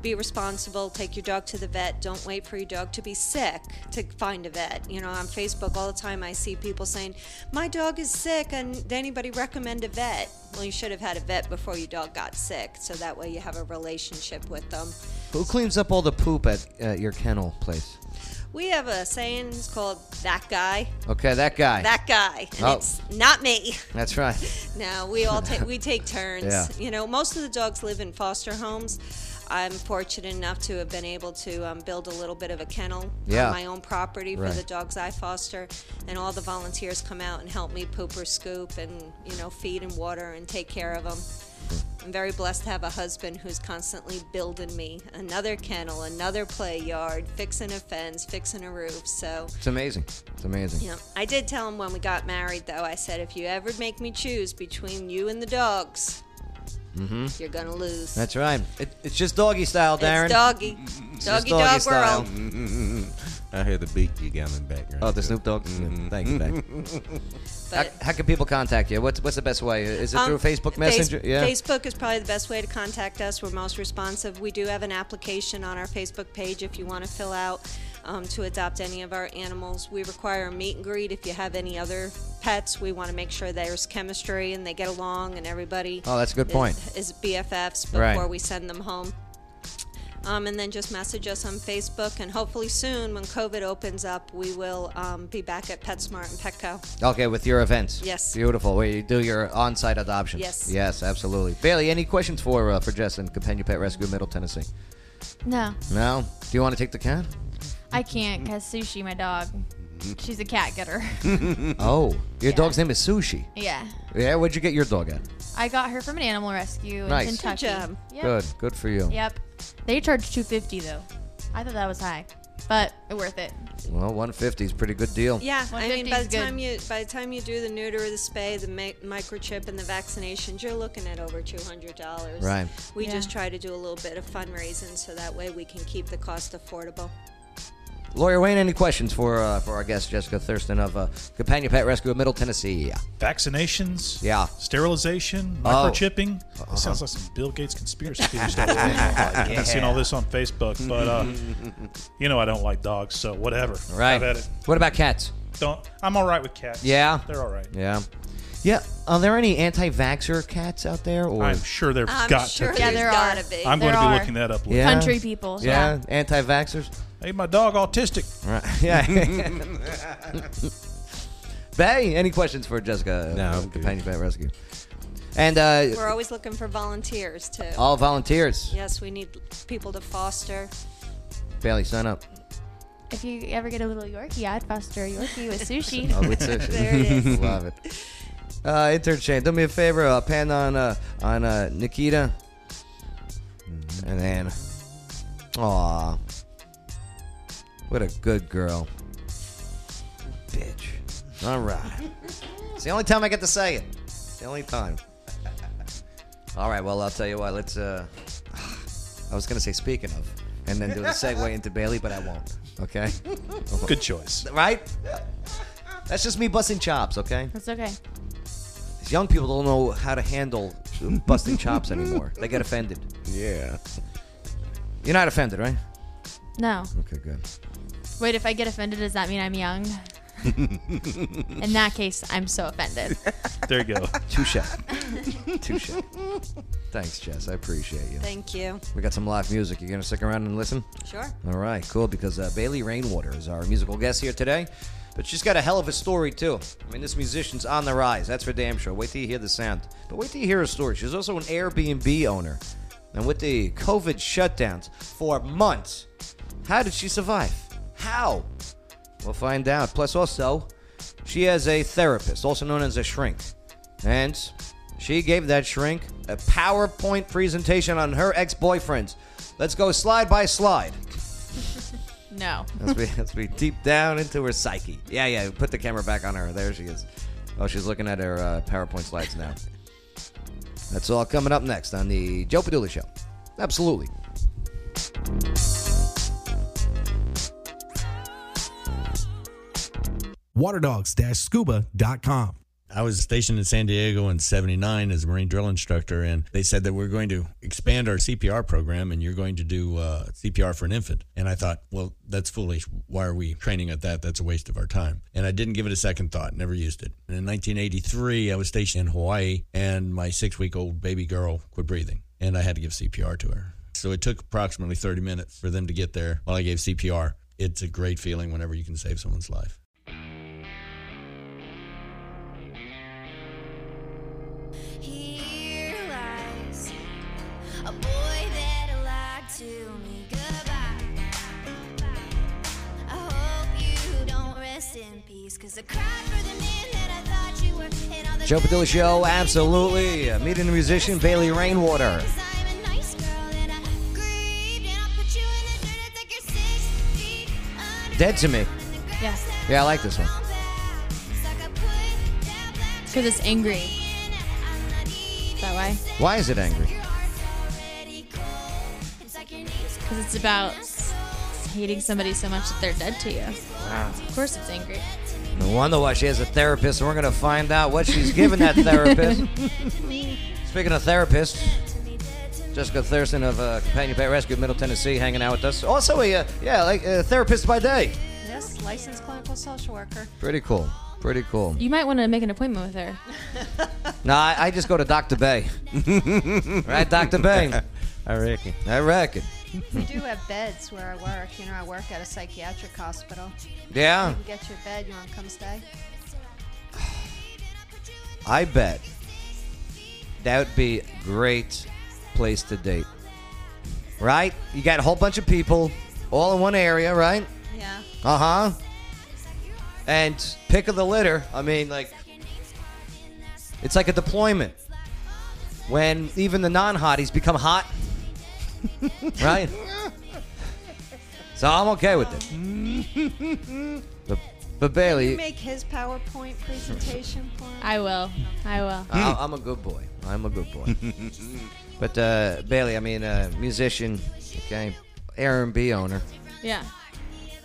Speaker 5: Be responsible, take your dog to the vet. Don't wait for your dog to be sick to find a vet. You know, on Facebook all the time I see people saying, "My dog is sick and did anybody recommend a vet?" Well, you should have had a vet before your dog got sick, so that way you have a relationship with them.
Speaker 1: who cleans up all the poop at uh, your kennel place?
Speaker 5: We have a saying it's called that guy.
Speaker 1: Okay, that guy.
Speaker 5: That guy. And
Speaker 1: Oh.
Speaker 5: it's not me. *laughs*
Speaker 1: That's right.
Speaker 5: No, we all take we
Speaker 19: *laughs*
Speaker 5: take turns.
Speaker 1: Yeah.
Speaker 5: You know, most of the dogs live in foster homes. I'm fortunate enough to have been able to um, build a little bit of a kennel
Speaker 19: Yeah.
Speaker 5: on my own property for
Speaker 19: Right.
Speaker 5: the dogs I foster, and all the volunteers come out and help me poop or scoop, and you know, feed and water and take care of them. I'm very blessed to have a husband who's constantly building me another kennel, another play yard, fixing a fence, fixing a roof. So
Speaker 1: It's amazing. It's amazing.
Speaker 5: yeah, I did tell him when we got married, though. I said, if you ever make me choose between you and the dogs,
Speaker 1: Mm-hmm.
Speaker 5: you're gonna lose.
Speaker 1: That's right. It, it's just doggy style, Darren.
Speaker 5: It's doggy,
Speaker 1: It's just
Speaker 5: doggy dog
Speaker 1: style.
Speaker 5: world.
Speaker 11: I hear the beat you got in the background.
Speaker 1: Mm. Oh, the Snoop Dogg.
Speaker 11: Mhm.
Speaker 1: Thank you, Beck. how, how can people contact you? What's what's the best way? Is it
Speaker 5: Um,
Speaker 1: through Facebook
Speaker 5: Face-
Speaker 1: Messenger? yeah.
Speaker 5: Facebook is probably the best way to contact us. We're most responsive. We do have an application on our Facebook page if you want to fill out um, to adopt any of our animals. We require a meet and greet if you have any other pets. We want to make sure there's chemistry and they get along and everybody.
Speaker 1: Oh, that's a good
Speaker 5: is-
Speaker 1: point.
Speaker 5: Is BFFs before
Speaker 1: Right.
Speaker 5: we send them home. Um, and then just message us on Facebook, and hopefully soon, when COVID opens up, we will um, be back at PetSmart and Petco.
Speaker 1: Okay, with your events.
Speaker 5: Yes.
Speaker 1: Beautiful. Where you do your on-site adoption.
Speaker 5: Yes.
Speaker 1: Yes, absolutely. Bailey, any questions for uh, for Jess and Companion Pet Rescue, Middle Tennessee?
Speaker 6: No,
Speaker 1: No. Do you want to take the cat?
Speaker 6: I can't because Sushi, my dog,
Speaker 1: Mm-hmm.
Speaker 6: she's a cat getter. *laughs*
Speaker 1: oh, your dog's name is Sushi.
Speaker 6: Yeah.
Speaker 1: Yeah. Where'd you get your dog at?
Speaker 6: I got her from an animal rescue in
Speaker 1: Nice. Good
Speaker 6: Kentucky.
Speaker 5: job.
Speaker 6: Yep.
Speaker 1: Good. Good for you.
Speaker 6: Yep. They charge two fifty though. I thought that was high, but worth it.
Speaker 1: Well, 150 is a pretty good deal.
Speaker 5: Yeah, I mean, by
Speaker 6: 150 is
Speaker 5: the
Speaker 6: good.
Speaker 5: time you by the time you do the neuter, the spay, the mi- microchip, and the vaccinations, you're looking at over two hundred dollars.
Speaker 1: Right.
Speaker 5: We
Speaker 6: Yeah.
Speaker 5: just try to do a little bit of fundraising so that way we can keep the cost affordable.
Speaker 1: Lawyer Wayne, any questions for uh, for our guest Jessica Thurston of uh, Companion Pet Rescue of Middle Tennessee?
Speaker 3: Vaccinations,
Speaker 1: Yeah.
Speaker 3: sterilization,
Speaker 1: Oh.
Speaker 3: microchipping.
Speaker 1: Uh-huh.
Speaker 3: It sounds like some Bill Gates conspiracy
Speaker 1: *laughs*
Speaker 3: theory stuff. I've been seeing all this on Facebook, but uh,
Speaker 1: *laughs*
Speaker 3: you know I don't like dogs, so whatever.
Speaker 1: Right.
Speaker 3: Have at it.
Speaker 1: What about cats?
Speaker 3: Don't. I'm all right with cats.
Speaker 1: Yeah.
Speaker 3: they're all right.
Speaker 1: Yeah. Yeah. Are there any anti-vaxxer cats out there? Or
Speaker 3: I'm sure there
Speaker 5: I'm
Speaker 3: got
Speaker 5: sure
Speaker 3: to
Speaker 5: yeah,
Speaker 3: be.
Speaker 5: there gotta be.
Speaker 3: I'm going to be looking that up. later.
Speaker 1: Yeah.
Speaker 6: Country people,
Speaker 1: Yeah.
Speaker 6: yeah.
Speaker 1: Anti-vaxxers.
Speaker 3: Hey, my dog autistic.
Speaker 1: Right. *laughs* Yeah. Bay, any questions for Jessica? No. Companion Pet Rescue. And uh,
Speaker 5: We're always looking for volunteers too.
Speaker 1: all volunteers.
Speaker 5: Yes, we need people to foster.
Speaker 1: Bailey, sign up.
Speaker 6: If you ever get a little Yorkie, I'd foster a
Speaker 1: *laughs*
Speaker 6: Yorkie with Sushi.
Speaker 1: Oh, with
Speaker 6: *laughs*
Speaker 1: sushi.
Speaker 6: there it is.
Speaker 1: Love it. Uh, intern Shane, do me a favor. Uh, pan on uh, on uh, Nikita and Anna. Aw, what a good girl, bitch. All right, it's the only time I get to say it. It's the only time. All right. Well, I'll tell you what. Let's. Uh, *sighs* I was gonna say speaking of, and then do the
Speaker 6: *laughs*
Speaker 1: segue into Bailey, but I won't. Okay.
Speaker 3: Good choice.
Speaker 1: Right. That's just me busting chops. Okay.
Speaker 6: That's okay.
Speaker 1: These young people don't know how to handle busting chops anymore. They get offended. Yeah. You're not offended, right?
Speaker 6: No.
Speaker 1: Okay, good.
Speaker 6: Wait, if I get offended, does that mean
Speaker 1: *laughs*
Speaker 6: I'm young? In that case, I'm so offended.
Speaker 1: *laughs*
Speaker 3: There you go.
Speaker 1: Touche. Touche. Thanks, Jess. I appreciate you.
Speaker 5: Thank you.
Speaker 1: We got some live music. You gonna stick around and listen?
Speaker 5: Sure.
Speaker 1: All right, cool. Because uh, Bailey Rainwater is our musical guest here today, but she's got a hell of a story too. I mean, this musician's on the rise. That's for damn sure. Wait till you hear the sound. But wait till you hear her story. She's also an Airbnb owner, and with the COVID shutdowns for months, how did she survive? How? We'll find out. Plus, also, she has a therapist, also known as a shrink. And she gave that shrink a PowerPoint presentation on her ex boyfriends. Let's go slide by slide.
Speaker 6: No.
Speaker 1: As we, as we deep down into her psyche. Yeah, yeah. Put the camera back on her. There she is. Oh, she's looking at her uh, PowerPoint slides now. That's all coming up next on the Joe Padula Show. Absolutely.
Speaker 19: waterdogs-scuba.com.
Speaker 20: I was stationed in San Diego in 79 as a Marine drill instructor, and they said that we're going to expand our CPR program and you're going to do uh, CPR for an infant. And I thought, well, that's foolish. Why are we training at that? That's a waste of our time. And I didn't give it a second thought, never used it. And in 1983, I was stationed in Hawaii, and my six week old baby girl quit breathing, and I had to give CPR to her. So it took approximately 30 minutes for them to get there while I gave CPR. It's a great feeling whenever you can save someone's life.
Speaker 21: Here lies a boy that lied to me goodbye. I hope you don't rest in peace, cause I cried for the man that I thought you were. And all the
Speaker 1: Joe Padilla Show, absolutely. Uh, Meeting the musician, Bailey Rainwater. Dead to me.
Speaker 6: Yes.
Speaker 1: Yeah, I like this one.
Speaker 6: Because it's angry. Is that why?
Speaker 1: Why is it angry?
Speaker 6: Because it's about s- hating somebody so much that they're dead to you.
Speaker 1: Wow.
Speaker 6: Of course it's angry.
Speaker 1: No wonder why she has a therapist, and we're going to find out what she's giving that therapist. Speaking of therapists, Jessica Thurston of uh, Companion Pet Rescue, Middle Tennessee, hanging out with us. Also, a uh, yeah, like a therapist by day.
Speaker 5: Yes, licensed clinical social worker.
Speaker 1: Pretty cool. Pretty cool.
Speaker 6: You might want to make an appointment with her.
Speaker 1: No, I, I just go to Dr. Bay. *laughs* right, Dr. Bay? I reckon. *laughs* I reckon.
Speaker 22: We do have beds where I work. You know, I work at a psychiatric hospital.
Speaker 1: Yeah.
Speaker 22: You can get your bed. You want to come stay?
Speaker 1: I bet that would be a great place to date. Right? You got a whole bunch of people all in one area, right?
Speaker 22: Yeah.
Speaker 1: Uh huh. And pick of the litter. I mean, like, it's like a deployment. When even the non hotties become hot, right? So I'm okay with it. But, but
Speaker 5: Can you
Speaker 1: Bailey,
Speaker 5: make his PowerPoint presentation for him?
Speaker 6: I will. I will.
Speaker 1: I- I'm a good boy. I'm a good boy. but uh, Bailey, I mean, uh, musician, okay, Airbnb owner.
Speaker 6: Yeah.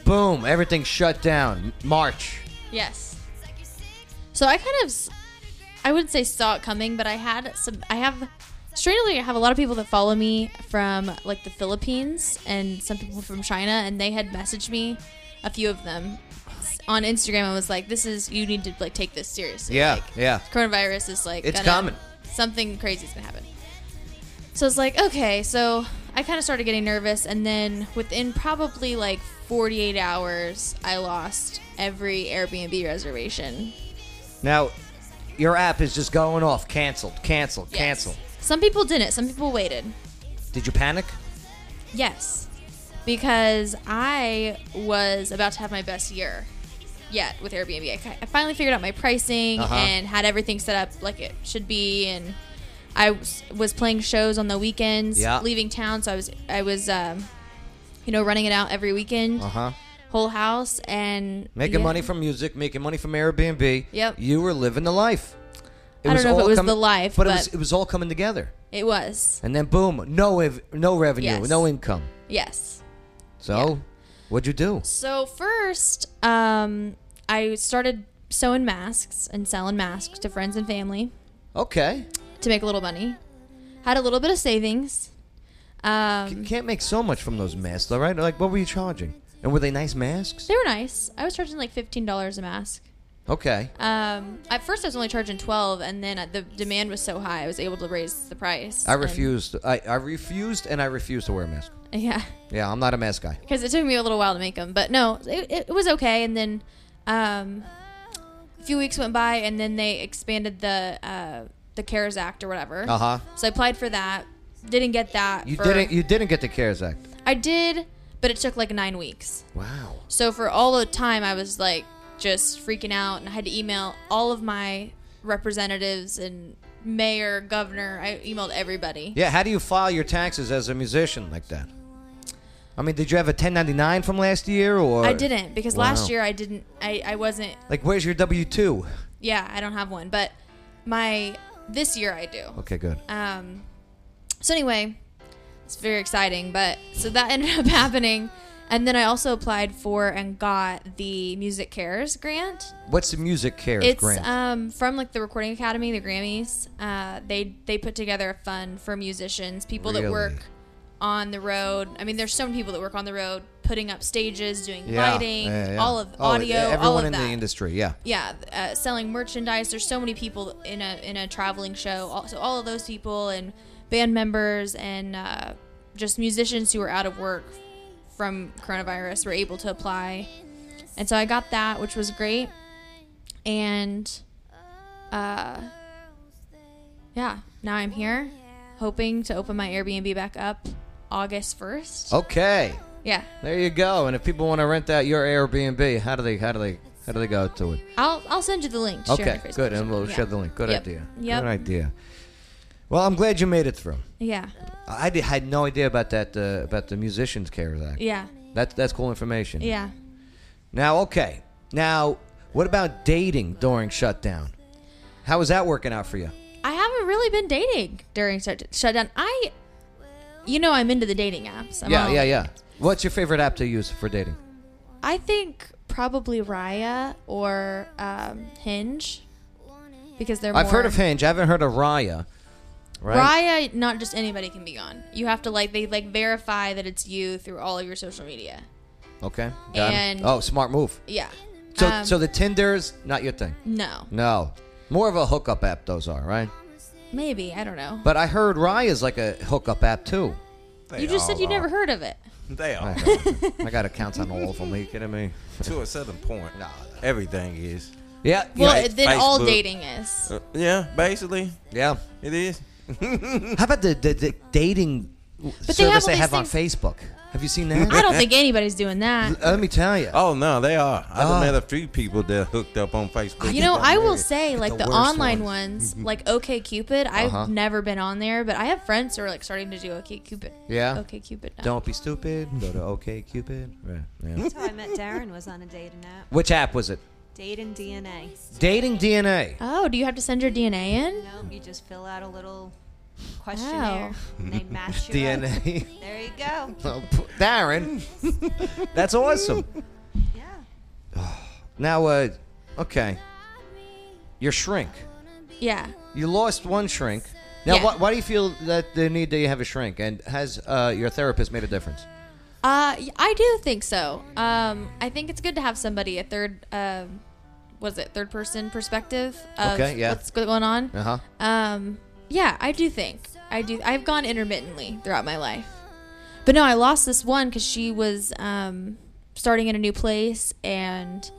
Speaker 1: Boom! Everything shut down. March.
Speaker 6: Yes. So I kind of, s- I wouldn't say saw it coming, but I had some. I have, strangely, I have a lot of people that follow me from like the Philippines and some people from China, and they had messaged me, a few of them, s- on Instagram. and was like, "This is you need to like take this seriously.
Speaker 1: Yeah,
Speaker 6: Like,
Speaker 1: yeah.
Speaker 6: Coronavirus is like
Speaker 1: It's
Speaker 6: gonna-
Speaker 1: coming.
Speaker 6: Something crazy is gonna happen." So it's like, okay, so I kind of started getting nervous, and then within probably like 48 hours, I lost every Airbnb reservation.
Speaker 1: Now, your app is just going off. Canceled. Canceled. Canceled.
Speaker 6: Some people didn't, some people waited.
Speaker 1: Did you panic?
Speaker 6: Yes, because I was about to have my best year yet with Airbnb. I, ki- I finally figured out my pricing
Speaker 23: Uh-huh.
Speaker 6: and had everything set up like it should be, and I was, was playing shows on the weekends,
Speaker 23: Yeah.
Speaker 6: leaving town, so I was I was um, you know running it out every weekend,
Speaker 1: Uh huh.
Speaker 6: whole house, and
Speaker 1: Making
Speaker 6: yeah.
Speaker 1: money from music, making money from Airbnb.
Speaker 6: Yep.
Speaker 1: You were living the life.
Speaker 6: I don't know if
Speaker 1: all
Speaker 6: it was
Speaker 1: coming-
Speaker 6: the life,
Speaker 1: it
Speaker 6: but-
Speaker 1: was it was all coming together.
Speaker 6: It was
Speaker 1: And then boom, no ev- no revenue,
Speaker 6: Yes.
Speaker 1: no income.
Speaker 6: yes.
Speaker 1: So, what'd you do?
Speaker 6: So first, um, I started sewing masks and selling masks to friends and family
Speaker 1: Okay.
Speaker 6: to make a little money. Had a little bit of savings. Um,
Speaker 1: You can't make so much from those masks, all right? Like, what were you charging? And were they nice masks?
Speaker 6: they were nice. I was charging like fifteen dollars a mask.
Speaker 1: Okay.
Speaker 6: Um, at first, I was only charging twelve, and then uh, the demand was so high, I was able to raise the price.
Speaker 1: I
Speaker 6: and-
Speaker 1: refused. I, I refused, and I refused to wear a mask.
Speaker 6: *laughs* Yeah.
Speaker 1: Yeah, I'm not a mask guy.
Speaker 6: because it took me a little while to make them. But no, it, it, it was okay. And then um, a few weeks went by, and then they expanded the uh, the CARES Act or whatever.
Speaker 1: Uh-huh.
Speaker 6: So I applied for that. Didn't get that.
Speaker 1: You
Speaker 6: for-
Speaker 1: didn't. You didn't get the CARES Act.
Speaker 6: I did, but it took like nine weeks.
Speaker 1: Wow.
Speaker 6: So for all the time, I was like just freaking out, and I had to email all of my representatives and mayor, governor. I emailed everybody.
Speaker 1: Yeah. How do you file your taxes as a musician like that? I mean, did you have a 1099 from last year or?
Speaker 6: I didn't because
Speaker 1: Wow.
Speaker 6: last year I didn't. I, I wasn't.
Speaker 1: Like, where's your W two?
Speaker 6: Yeah, I don't have one. But my this year I do.
Speaker 1: Okay, good.
Speaker 6: Um, so anyway, it's very exciting. But so that *laughs* ended up happening, and then I also applied for and got the Music Cares grant.
Speaker 1: What's the music cares
Speaker 6: it's
Speaker 1: grant?
Speaker 6: um from like the Recording Academy, the Grammys. Uh, they they put together a fund for musicians, people that
Speaker 1: Really?
Speaker 6: work on the road. I mean, there's so many people that work on the road, putting up stages, doing lighting,
Speaker 1: yeah, yeah.
Speaker 6: all of
Speaker 1: Oh,
Speaker 6: audio,
Speaker 1: everyone
Speaker 6: all of
Speaker 1: in
Speaker 6: that
Speaker 1: the industry. Yeah.
Speaker 6: yeah uh, selling merchandise there's so many people in a in a traveling show also all of those people and band members and uh, just musicians who were out of work from coronavirus were able to apply and so i got that which was great and uh yeah now i'm here hoping to open my airbnb back up august 1st
Speaker 1: Oh. Okay.
Speaker 6: yeah
Speaker 1: There you go. And if people want to rent out your Airbnb, how do they? How do they? How do they go to it?
Speaker 6: i'll i'll send you the link to share on
Speaker 1: okay.
Speaker 6: your Facebook
Speaker 1: Good.
Speaker 6: or
Speaker 1: And we'll
Speaker 6: something.
Speaker 1: share
Speaker 6: Yeah.
Speaker 1: the link. Good
Speaker 6: Yep.
Speaker 1: idea.
Speaker 6: yep
Speaker 1: Good idea. Well, I'm glad you made it through.
Speaker 6: yeah
Speaker 1: I did, had no idea about that. Uh, about the musicians care act.
Speaker 6: yeah
Speaker 1: That's that's cool information.
Speaker 6: yeah
Speaker 1: Now, okay. Now, what about dating during shutdown? How is that working out for you?
Speaker 6: I haven't really been dating during shut- shutdown. I, you know, I'm into the dating apps. I'm
Speaker 1: yeah,
Speaker 6: all-
Speaker 1: yeah, yeah. What's your favorite app to use for dating?
Speaker 6: I think probably Raya or um, Hinge because they're.
Speaker 1: I've
Speaker 6: more-
Speaker 1: heard of Hinge. I haven't heard of Raya. Right?
Speaker 6: Raya, not just anybody can be on. You have to like they like verify that it's you through all of your social media.
Speaker 1: Okay. Got it.
Speaker 6: And-
Speaker 1: oh, smart move.
Speaker 6: Yeah.
Speaker 1: So,
Speaker 6: Um,
Speaker 1: so the Tinder's not your thing.
Speaker 6: No,
Speaker 1: No, more of a hookup app. Those are right.
Speaker 6: maybe I don't know.
Speaker 1: But I heard Raya's like a hookup app too.
Speaker 6: you just said you never heard of it.
Speaker 11: They are.
Speaker 1: I, don't know. I got accounts on all of them. Are you kidding me?
Speaker 11: to a certain point. Everything is.
Speaker 1: Yeah.
Speaker 6: Well,
Speaker 11: Like
Speaker 6: then all
Speaker 11: Facebook.
Speaker 6: dating is.
Speaker 11: Uh, yeah, basically.
Speaker 6: *laughs*
Speaker 1: Yeah.
Speaker 11: It is.
Speaker 1: How about the, the, the dating
Speaker 6: But they
Speaker 1: service
Speaker 6: have all
Speaker 1: they
Speaker 6: these
Speaker 1: have, on Facebook? Have you seen that?
Speaker 6: I don't think anybody's doing that.
Speaker 1: Let me tell you.
Speaker 11: Oh no, they are. I
Speaker 1: Oh.
Speaker 11: done met a few people that hooked up on Facebook.
Speaker 6: You know, I will say
Speaker 11: It's
Speaker 6: like the,
Speaker 11: worst
Speaker 6: online
Speaker 11: one.
Speaker 6: ones, like OK Cupid.
Speaker 1: Mm-hmm. Uh-huh.
Speaker 6: I've never been on there, but I have friends who are like starting to do OK Cupid.
Speaker 1: Yeah.
Speaker 6: OK Cupid. Now.
Speaker 1: Don't be stupid. Go to OKCupid. Right. Yeah.
Speaker 5: That's how I met Darren was on a dating app.
Speaker 1: *laughs* Which app was it?
Speaker 5: Dating DNA.
Speaker 1: Dating DNA.
Speaker 6: Oh, do you have to send your DNA in?
Speaker 5: No, you just fill out a little questionnaire. And they match you. up.
Speaker 1: DNA.
Speaker 5: There you go.
Speaker 1: *laughs* Oh, p- Darren, *laughs* that's awesome. Yeah. Now, uh, okay. Your shrink.
Speaker 6: Yeah.
Speaker 1: You lost one shrink. Now,
Speaker 6: Yeah.
Speaker 1: why, why do you feel that the need that you have a shrink? And has uh, your therapist made a difference?
Speaker 6: Uh, y- I do think so. Um, I think it's good to have somebody a third, um, was it third person perspective of
Speaker 1: Okay, yeah.
Speaker 6: what's going on.
Speaker 1: Uh huh.
Speaker 6: Um, yeah, I do think I do. I've gone intermittently throughout my life, but no, I lost this one because she was um, starting in a new place, and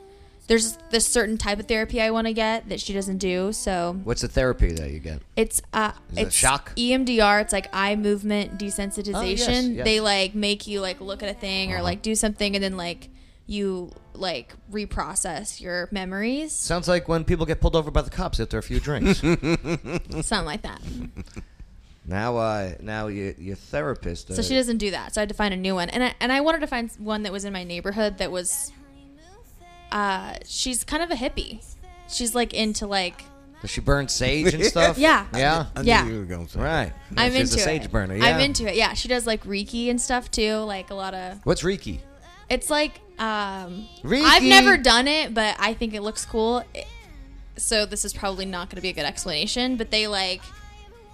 Speaker 6: there's this certain type of therapy I want to get that she doesn't do. So
Speaker 1: What's the therapy that you get?
Speaker 6: it's uh,
Speaker 1: Is it
Speaker 6: it's
Speaker 1: shock? Oh,
Speaker 6: EMDR. It's like eye movement desensitization.
Speaker 1: yes. Uh-huh.
Speaker 6: They like make you like look at a thing or like do something, and then like you like reprocess your
Speaker 1: *laughs*
Speaker 6: memories.
Speaker 1: Sounds like when people get pulled over by the cops after a few *laughs* drinks.
Speaker 6: Something like that.
Speaker 1: now, uh, now your, your therapist. Uh,
Speaker 6: So she doesn't do that. So I had to find a new one, and I, and I wanted to find one that was in my neighborhood that was. Uh, she's kind of a hippie. She's like into like
Speaker 1: Does she burn sage and stuff?
Speaker 6: *laughs* Yeah.
Speaker 1: Yeah.
Speaker 6: I knew Yeah. you
Speaker 11: were going to
Speaker 1: Right.
Speaker 6: I'm
Speaker 1: She's
Speaker 6: into
Speaker 1: a sage
Speaker 6: it.
Speaker 1: burner. Yeah.
Speaker 6: I'm into it. Yeah, she does like Reiki and stuff too. Like a lot of
Speaker 1: What's Reiki?
Speaker 6: it's like um
Speaker 1: Reiki.
Speaker 6: I've never done it, but I think it looks cool. It- so this is probably not going to be a good explanation, but they like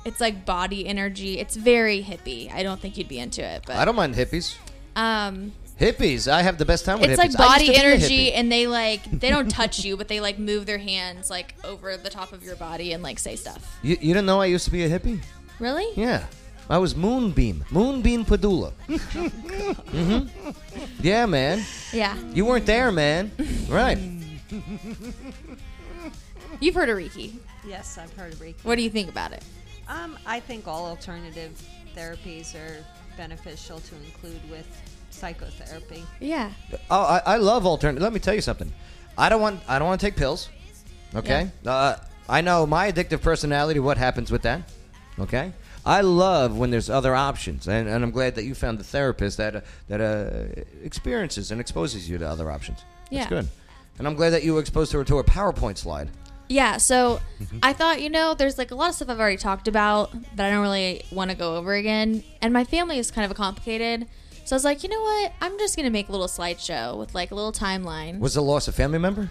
Speaker 6: it's like body energy. It's very hippie. I don't think you'd be into it, but
Speaker 1: I don't mind hippies.
Speaker 6: um
Speaker 1: Hippies. I have the best time with
Speaker 6: it's
Speaker 1: hippies.
Speaker 6: like
Speaker 1: I used
Speaker 6: body
Speaker 1: to be a
Speaker 6: energy
Speaker 1: hippie.
Speaker 6: and
Speaker 1: *laughs*
Speaker 6: they like they don't touch you but they like move their hands like over the top of your body and like say stuff
Speaker 1: You, you didn't know I used to be a hippie?
Speaker 6: really
Speaker 1: Yeah. I was Moonbeam. Moonbeam Padula. *laughs* hmm Yeah, man.
Speaker 6: yeah
Speaker 1: You weren't there, man. Right.
Speaker 6: you've heard of reiki
Speaker 5: Yes, I've heard of Reiki.
Speaker 6: what do you think about it
Speaker 5: Um, I think all alternative therapies are beneficial to include with psychotherapy.
Speaker 6: yeah
Speaker 1: Oh, I, I love alternative. Let me tell you something. I don't want I don't want to take pills. Okay. Uh, I know my addictive personality. What happens with that? Okay. I love when there's other options, and, and I'm glad that you found the therapist that uh, that uh, experiences and exposes you to other options.
Speaker 6: Yeah.
Speaker 1: That's good, and I'm glad that you were exposed to her to a PowerPoint slide.
Speaker 6: Yeah, so
Speaker 1: Mm-hmm.
Speaker 6: I thought, you know, there's like a lot of stuff I've already talked about that I don't really want to go over again. And my family is kind of complicated. So I was like, you know what? I'm just going to make a little slideshow with like a little timeline.
Speaker 1: Was the loss a family member?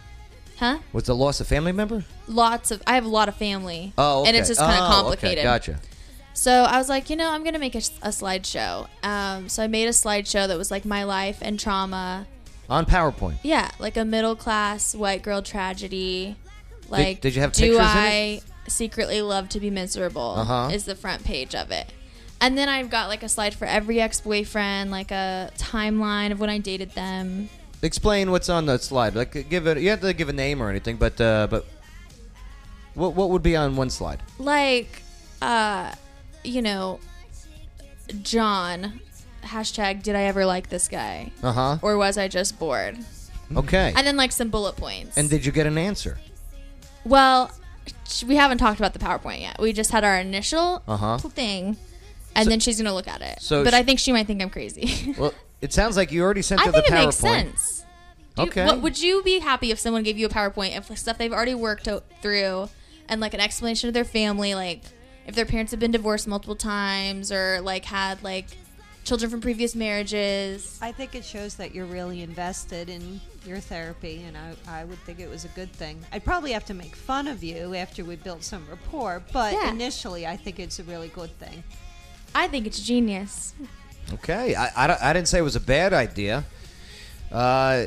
Speaker 6: Huh?
Speaker 1: Was the loss a family member?
Speaker 6: Lots of, I have a lot of family.
Speaker 1: Oh, okay.
Speaker 6: And it's just kind of
Speaker 1: Oh,
Speaker 6: complicated.
Speaker 1: Okay. Gotcha.
Speaker 6: So I was like, you know, I'm going to make a, a slideshow. Um, so I made a slideshow that was like my life and trauma.
Speaker 1: On PowerPoint.
Speaker 6: Yeah, like a middle class white girl tragedy. Like,
Speaker 1: did you have
Speaker 6: do
Speaker 1: pictures in it?
Speaker 6: I secretly love to be miserable?
Speaker 1: Uh-huh.
Speaker 6: Is the front page of it, and then I've got like a slide for every ex boyfriend, like a timeline of when I dated them.
Speaker 1: Explain what's on the slide. Like, give it. You have to give a name or anything, but uh, but what what would be on one slide?
Speaker 6: Like, uh, you know, John. Hashtag. Did I ever like this guy?
Speaker 1: Uh huh.
Speaker 6: Or was I just bored?
Speaker 1: Okay.
Speaker 6: And then like some bullet points.
Speaker 1: And did you get an answer?
Speaker 6: Well, sh- we haven't talked about the PowerPoint yet. We just had our initial
Speaker 1: Uh-huh.
Speaker 6: thing, and
Speaker 1: So-
Speaker 6: then she's gonna look at it.
Speaker 1: so
Speaker 6: but
Speaker 1: sh-
Speaker 6: I think she might think I'm crazy. *laughs*
Speaker 1: Well, it sounds like you already sent
Speaker 6: I
Speaker 1: her the
Speaker 6: think
Speaker 1: PowerPoint.
Speaker 6: it makes sense. Do you-
Speaker 1: Okay.
Speaker 6: what, would you be happy if someone gave you a PowerPoint of like, stuff they've already worked o- through, and like an explanation of their family, like if their parents have been divorced multiple times or like had like children from previous marriages?
Speaker 22: I think it shows that you're really invested in your therapy, and I, I would think it was a good thing. I'd probably have to make fun of you after we built some rapport, but
Speaker 6: Yeah.
Speaker 22: initially, I think it's a really good thing.
Speaker 6: I think it's genius.
Speaker 1: Okay. I, I, don't- I didn't say it was a bad idea. Uh,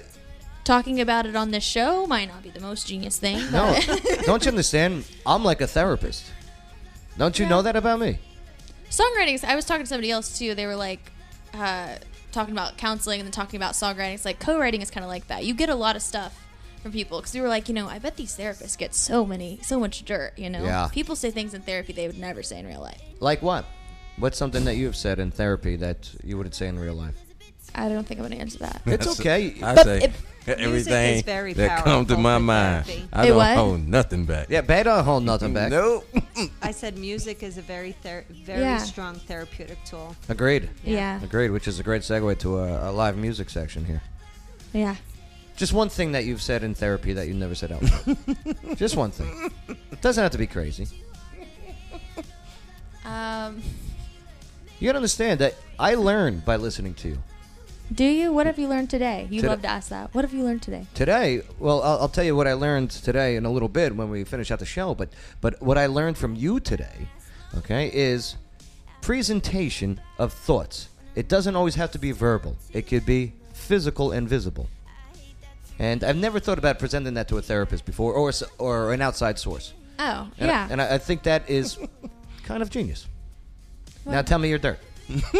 Speaker 6: Talking about it on this show might not be the most genius thing.
Speaker 1: *laughs* no.
Speaker 6: but-
Speaker 1: don't you understand? I'm like a therapist. Don't you know that about me?
Speaker 6: songwriting i was talking to somebody else too they were like uh, talking about counseling and then talking about songwriting it's like co-writing is kind of like that you get a lot of stuff from people because we were like you know i bet these therapists get so many so much dirt you know
Speaker 1: Yeah.
Speaker 6: people say things in therapy they would never say in real life
Speaker 1: Like what? What's something that you have said in therapy that you wouldn't say in real life?
Speaker 6: i don't think i'm gonna answer that
Speaker 1: It's okay.
Speaker 11: I
Speaker 1: But
Speaker 11: say e-,
Speaker 1: it-
Speaker 11: everything
Speaker 6: is very
Speaker 11: that comes to
Speaker 22: powerful
Speaker 11: my
Speaker 22: for
Speaker 11: mind.
Speaker 22: therapy.
Speaker 11: I
Speaker 22: It
Speaker 11: don't
Speaker 22: what?
Speaker 11: hold nothing back.
Speaker 1: Yeah, but I don't hold nothing back. *laughs*
Speaker 11: Nope.
Speaker 22: I said music is a very ther- very
Speaker 6: Yeah.
Speaker 22: strong therapeutic tool.
Speaker 1: Agreed.
Speaker 22: Yeah. Yeah.
Speaker 1: Agreed, which is a great segue to our, our live music section here.
Speaker 6: yeah
Speaker 1: Just one thing that you've said in therapy that you never said out loud. Just one thing. It doesn't have to be crazy.
Speaker 6: um
Speaker 1: You gotta understand that I learned by listening to you.
Speaker 6: do you what have you learned today you
Speaker 1: Today-
Speaker 6: love to ask that what have you learned today
Speaker 1: Today, well, I'll, I'll tell you what I learned today in a little bit when we finish out the show. But but what I learned from you today, okay, is presentation of thoughts. It doesn't always have to be verbal. It could be physical and visible. And I've never thought about presenting that to a therapist before, or s- or an outside source.
Speaker 6: oh
Speaker 1: And I-
Speaker 6: yeah
Speaker 1: and I, I think that is kind of genius. Now
Speaker 6: Well-
Speaker 1: tell me your dirt.
Speaker 6: *laughs*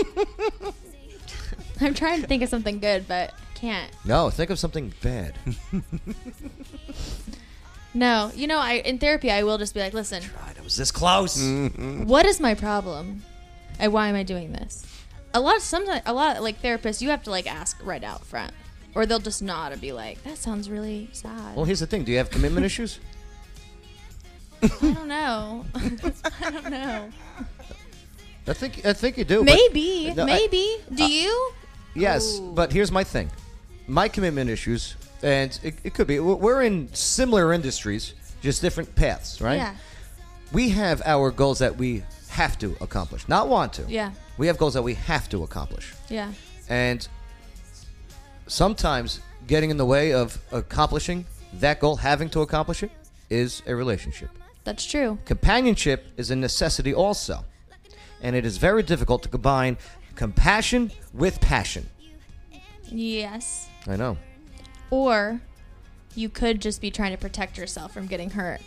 Speaker 6: i'm trying to think of something good but can't
Speaker 1: No, think of something
Speaker 6: *laughs*
Speaker 1: bad.
Speaker 6: no you know i in therapy i will just be like listen
Speaker 1: I was this close. Mm-hmm.
Speaker 6: what is my problem and why am i doing this a lot of sometimes a lot of, like therapists you have to like ask right out front or they'll just nod and be like that sounds really sad
Speaker 1: Well, here's the thing. Do you have commitment issues?
Speaker 6: i don't know *laughs* i don't know
Speaker 1: I think I think you do. but-
Speaker 6: maybe
Speaker 1: No, I-
Speaker 6: maybe do
Speaker 1: uh,
Speaker 6: you
Speaker 1: Yes, but here's my thing. My commitment issues, and it, it could be, we're- we're in similar industries, just different paths, right?
Speaker 6: yeah
Speaker 1: We have our goals that we have to accomplish, not want to.
Speaker 6: yeah
Speaker 1: We have goals that we have to accomplish.
Speaker 6: yeah
Speaker 1: And sometimes getting in the way of accomplishing that goal, having to accomplish it, is a relationship.
Speaker 6: that's true
Speaker 1: Companionship is a necessity also. And it is very difficult to combine compassion with passion.
Speaker 6: yes
Speaker 1: I know.
Speaker 6: or you could just be trying to protect yourself from getting hurt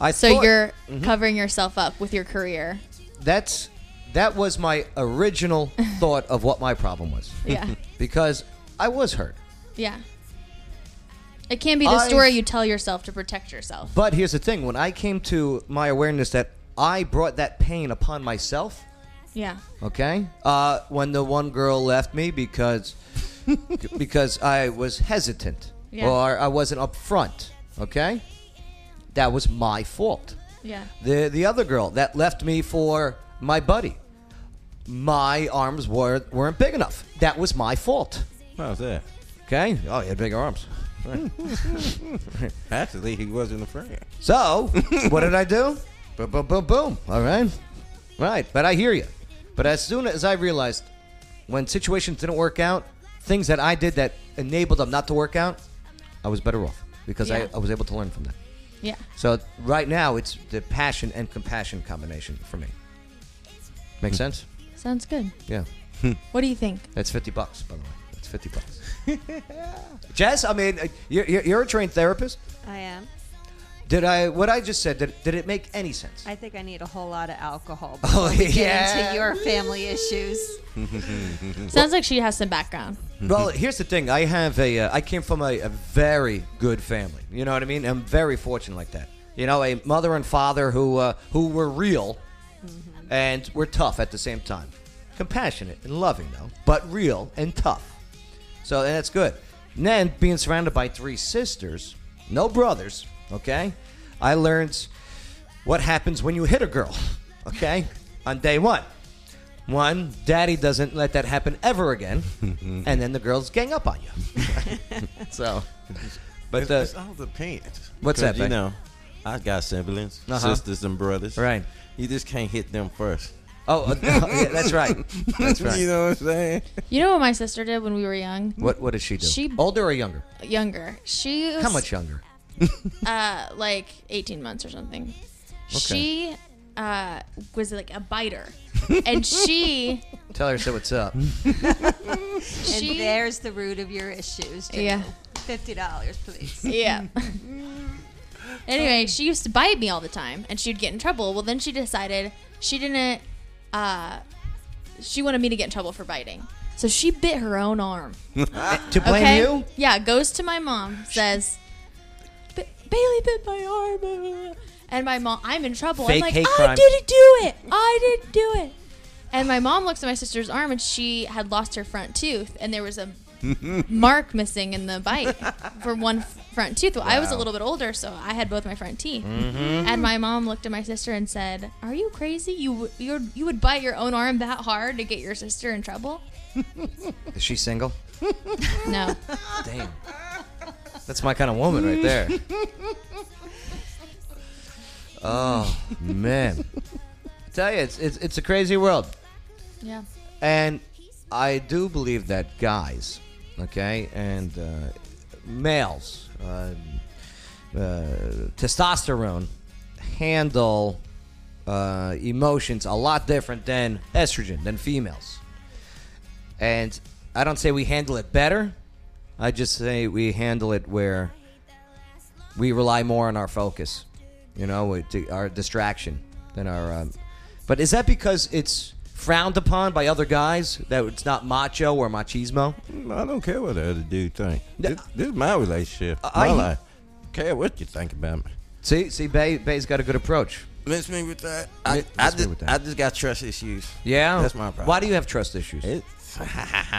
Speaker 1: I
Speaker 6: so
Speaker 1: thought-
Speaker 6: you're
Speaker 1: Mhm.
Speaker 6: covering yourself up with your career
Speaker 1: That's that was my
Speaker 6: *laughs*
Speaker 1: original thought of what my problem was.
Speaker 6: Yeah.
Speaker 1: *laughs* because I was hurt.
Speaker 6: yeah it can be the
Speaker 1: I-
Speaker 6: story you tell yourself to protect yourself
Speaker 1: But here's the thing: when I came to my awareness that I brought that pain upon myself,
Speaker 6: yeah
Speaker 1: okay, uh, when the one girl left me
Speaker 6: *laughs*
Speaker 1: because because I was hesitant
Speaker 6: Yeah.
Speaker 1: or I wasn't upfront, okay, that was my fault.
Speaker 6: Yeah.
Speaker 1: The the other girl that left me for my buddy. My arms were, weren't big enough. That was my fault.
Speaker 11: How's that?
Speaker 1: Okay. Oh, he had bigger arms. Right.
Speaker 11: Actually, he wasn't a friend.
Speaker 1: So, *laughs* what did I do? Boom, boom, boom, boom. All right. Right. But I hear you. But as soon as I realized when situations didn't work out, things that I did that enabled them not to work out, I was better off because
Speaker 6: Yeah.
Speaker 1: I, I was able to learn from that.
Speaker 6: Yeah.
Speaker 1: So, right now, it's the passion and compassion combination for me. Make sense?
Speaker 6: Sounds good.
Speaker 1: Yeah.
Speaker 6: What do you think?
Speaker 1: That's 50 bucks, by the way. That's 50 bucks. *laughs* Jess, I mean, uh, you're, you're you're a trained therapist.
Speaker 22: I am.
Speaker 1: Did I, what I just said, did, did it make any sense?
Speaker 22: I think I need a whole lot of
Speaker 6: *laughs*
Speaker 22: alcohol before
Speaker 1: Oh,
Speaker 22: we get
Speaker 1: yeah.
Speaker 22: into your family issues.
Speaker 6: Sounds like she has some background.
Speaker 1: Well, here's the thing. I have a. Uh, I came from a, a very good family. You know what I mean? I'm very fortunate like that. You know, a mother and father who uh, who were real, and were tough at the same time, compassionate and loving though, but real and tough. So and that's good. And then being surrounded by three sisters, no brothers. Okay, I learned what happens when you hit a girl. *laughs* Okay, on day one. One, daddy doesn't let that happen ever
Speaker 11: *laughs*
Speaker 1: again, and then the girls gang up on you. so, but
Speaker 11: it's,
Speaker 1: uh,
Speaker 11: it's all the pants.
Speaker 1: What's that,
Speaker 11: You
Speaker 1: babe?
Speaker 11: know, I got siblings,
Speaker 1: Uh-huh.
Speaker 11: sisters and brothers.
Speaker 1: Right.
Speaker 11: You just can't hit them first.
Speaker 1: Oh, uh, yeah, that's right. That's right.
Speaker 11: *laughs* you know what I'm saying? *laughs*
Speaker 6: You know what my sister did when we were young?
Speaker 1: What what does she do?
Speaker 6: She-
Speaker 1: older or younger?
Speaker 6: Younger. She was,
Speaker 1: How much younger?
Speaker 6: Uh, like 18 months or something. She uh, was like a
Speaker 1: *laughs*
Speaker 6: biter. and she
Speaker 1: Tell her so what's
Speaker 6: *laughs*
Speaker 1: up.
Speaker 6: She-
Speaker 22: and there's the root of your issues. Joe.
Speaker 6: Yeah.
Speaker 22: Fifty dollars, please.
Speaker 6: *laughs* Yeah. anyway, she used to bite me all the time, and she'd get in trouble. Well, then she decided she didn't. Uh, she wanted me to get in trouble for biting, so she bit her own arm.
Speaker 1: to blame you?
Speaker 6: Yeah, goes to my mom, says, "Ba- "Bailey bit my arm," and my mom, I'm in trouble.
Speaker 1: Fake
Speaker 6: I'm like,
Speaker 1: hate
Speaker 6: "I
Speaker 1: crime."
Speaker 6: didn't do it. I didn't do it." And my mom looks at my sister's arm, and she had lost her front tooth, and there was
Speaker 1: *laughs*
Speaker 6: a mark missing in the bite for one f- front tooth. Well, I was a
Speaker 2: Wow.
Speaker 6: little bit older, so I had both my front teeth.
Speaker 2: Mhm.
Speaker 1: Mm-hmm.
Speaker 6: And my mom looked at my sister and said, "Are you crazy? You you you would bite your own arm that hard to get your sister in trouble?"
Speaker 1: Is she single? *laughs*
Speaker 6: No.
Speaker 1: Damn. That's my kind of woman right there. Oh man, I tell you, it's it's it's a crazy world.
Speaker 6: Yeah.
Speaker 1: And I do believe that guys, okay, and uh, males, uh, uh, testosterone handle uh, emotions a lot different than estrogen, than females. And I don't say we handle it better, I just say we handle it where we rely more on our focus, you know, with the- our distraction than our. Um, but is that because it's frowned upon by other guys that it's not macho or machismo?
Speaker 11: I don't care what the other dude think. This, this is my relationship. my
Speaker 1: I-
Speaker 11: life. Care what you think about me.
Speaker 1: See, see, Bay, Bay's got a good approach.
Speaker 11: Miss me with that. I,
Speaker 1: Miss
Speaker 11: I,
Speaker 1: me
Speaker 11: just,
Speaker 1: with that.
Speaker 11: I just got trust issues.
Speaker 1: Yeah,
Speaker 11: That's my problem.
Speaker 1: Why do you have trust issues? *laughs*
Speaker 11: *laughs*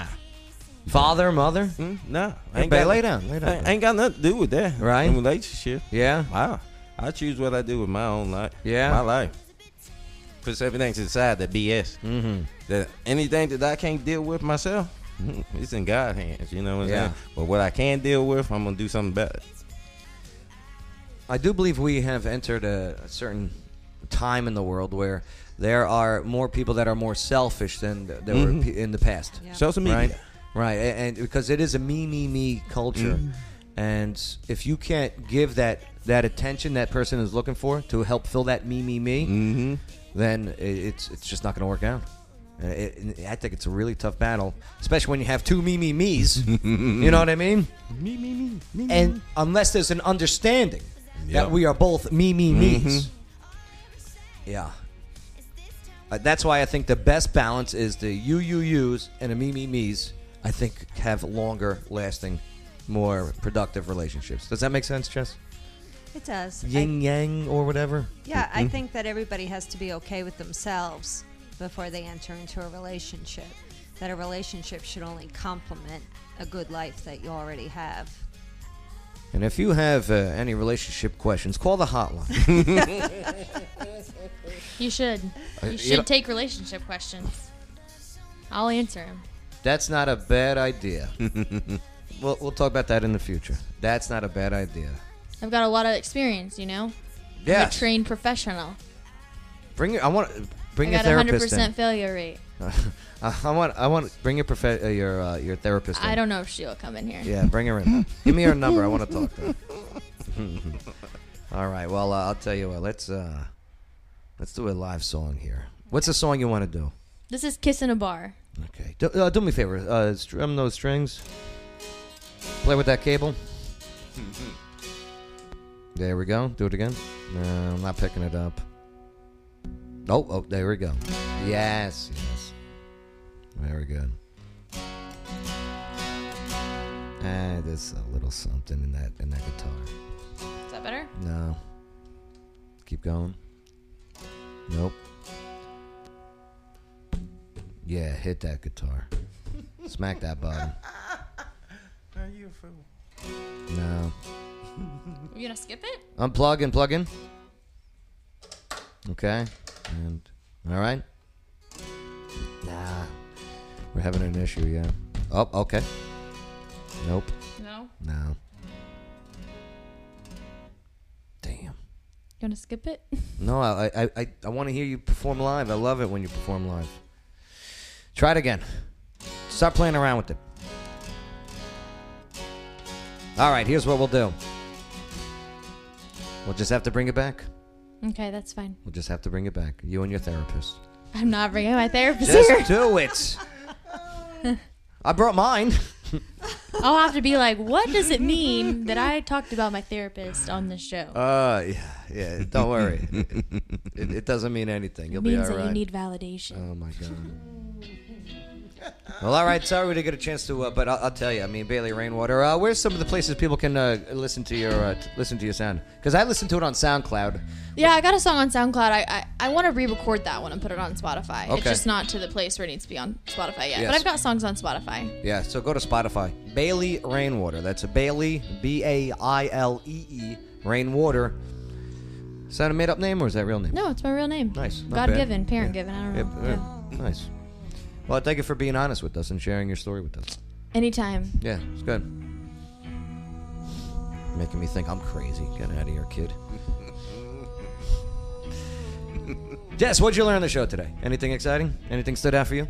Speaker 1: Father, mother?
Speaker 11: no,
Speaker 1: Hey, Bay, lay down, lay down.
Speaker 11: Ain't, ain't got nothing to do with that.
Speaker 1: Right.
Speaker 11: In relationship.
Speaker 1: Yeah.
Speaker 11: Wow. I choose what I do with my own life.
Speaker 1: Yeah.
Speaker 11: My life. Puts everything to the side. That BS. Mm-hmm. That anything that I can't deal with myself, *laughs* it's in God's hands. You know what I'm
Speaker 1: Yeah.
Speaker 11: saying? But what I can deal with, I'm gonna do something about it.
Speaker 1: I do believe we have entered a, a certain time in the world where there are more people that are more selfish than th- there were
Speaker 11: Mhm.
Speaker 1: pe- in the past.
Speaker 11: Yeah. Social media.
Speaker 1: right? right? a- And, because it is a me, me, me culture,
Speaker 11: Mm-hmm.
Speaker 1: and if you can't give that that attention that person is looking for to help fill that me, me, me,
Speaker 11: Mm-hmm.
Speaker 1: then i it's it's just not going to work out. Uh, it- it- I think it's a really tough battle, especially when you have two me, me,
Speaker 11: *laughs*
Speaker 1: me's. you know what I mean?
Speaker 11: Me, me, me, me.
Speaker 1: and unless there's an understanding
Speaker 11: Yeah.
Speaker 1: that we are both me me
Speaker 11: Mhm.
Speaker 1: me's
Speaker 11: Mm-hmm.
Speaker 1: yeah Uh, that's why i think the best balance is the you you yous and the me me me's i think have longer lasting more productive relationships does that make sense chess
Speaker 22: It does. I-
Speaker 1: yin yang or whatever
Speaker 22: yeah, I
Speaker 1: Mhm.
Speaker 22: think that everybody has to be okay with themselves before they enter into a relationship. That a relationship should only complement a good life that you already have.
Speaker 1: And if you have uh, any relationship questions, call the
Speaker 6: *laughs*
Speaker 1: hotline.
Speaker 6: You should.
Speaker 1: Uh,
Speaker 6: You
Speaker 1: you
Speaker 6: should
Speaker 1: know-
Speaker 6: take relationship questions. I'll answer them.
Speaker 1: That's not a bad
Speaker 6: *laughs*
Speaker 1: idea. we'll, we'll talk about that in the future. That's not a bad idea.
Speaker 6: I've got a lot of experience, you know. I'm a
Speaker 1: Yes.
Speaker 6: trained professional.
Speaker 1: Bring your. I want. Bring
Speaker 6: I
Speaker 1: your
Speaker 6: got a hundred
Speaker 1: therapist in.
Speaker 6: percent
Speaker 1: Uh,
Speaker 6: failure rate.
Speaker 1: I want. I want. Bring your profe- uh, your uh, your therapist.
Speaker 6: I
Speaker 1: in.
Speaker 6: don't know if she'll come in here.
Speaker 1: Yeah, bring her in. Give me her number. I want to talk to her. *laughs* All right. Well, uh, I'll tell you what. Let's uh, let's do a live song here. What's the song you want to do?
Speaker 6: This is kiss in a bar.
Speaker 1: Okay. Do, uh, do me a favor. Uh, strum those strings. Play with that cable. There we go. Do it again. No, I'm not picking it up. Oh, oh, there we go. Yes, yes. Very good. Ah, there's a little something in that in that guitar.
Speaker 6: Is that better?
Speaker 1: No. Keep going. Nope. Yeah, hit that guitar. Smack that button.
Speaker 20: *laughs* Are you a fool?
Speaker 1: No.
Speaker 6: You gonna skip it?
Speaker 1: Unplug and plug in. Okay. And all right. Nah. We're having an issue, yeah. Oh, okay. Nope.
Speaker 6: No.
Speaker 1: No.
Speaker 6: You wanna skip it? *laughs*
Speaker 1: No, I I, I, I want to hear you perform live. I love it when you perform live. Try it again. Stop playing around with it. All right, here's what we'll do. We'll just have to bring it back.
Speaker 6: Okay, that's fine.
Speaker 1: We'll just have to bring it back. You and your therapist.
Speaker 6: I'm not bringing my therapist
Speaker 1: Just
Speaker 6: here.
Speaker 1: do
Speaker 6: *laughs*
Speaker 1: it. I brought mine.
Speaker 6: I'll have to be like, what does it mean that I talked about my therapist on this show?
Speaker 1: Uh, yeah, yeah. Don't worry. it, it doesn't mean anything. You'll
Speaker 6: it means
Speaker 1: be all
Speaker 6: that
Speaker 1: right.
Speaker 6: you need validation.
Speaker 1: Oh my god. Well, all right. Sorry we didn't get a chance to, uh, but I'll, I'll tell you. I mean, Bailey Rainwater. Uh, where's some of the places people can uh, listen to your uh, t- listen to your sound? Because I listen to it on SoundCloud.
Speaker 6: Yeah, I got a song on SoundCloud. I I, I want to re-record that one and put it on Spotify. It's
Speaker 1: Okay.
Speaker 6: just not to the place where it needs to be on Spotify yet.
Speaker 1: Yes.
Speaker 6: But I've got songs on Spotify.
Speaker 1: Yeah. So go to Spotify. Bailey Rainwater. That's a Bailey B A I L E E Rainwater. Is that a made up name or is that real name?
Speaker 6: No, it's my real name.
Speaker 1: Nice. Not bad.
Speaker 6: God given, parent given. I don't
Speaker 1: Yep,
Speaker 6: know.
Speaker 1: yeah. Nice. Well, thank you for being honest with us and sharing your story with us.
Speaker 6: Anytime.
Speaker 1: Yeah, it's good. Making me think I'm crazy. Get out of here, *laughs* kid. Jess, what'd you learn on the show today? Anything exciting? Anything stood out for you?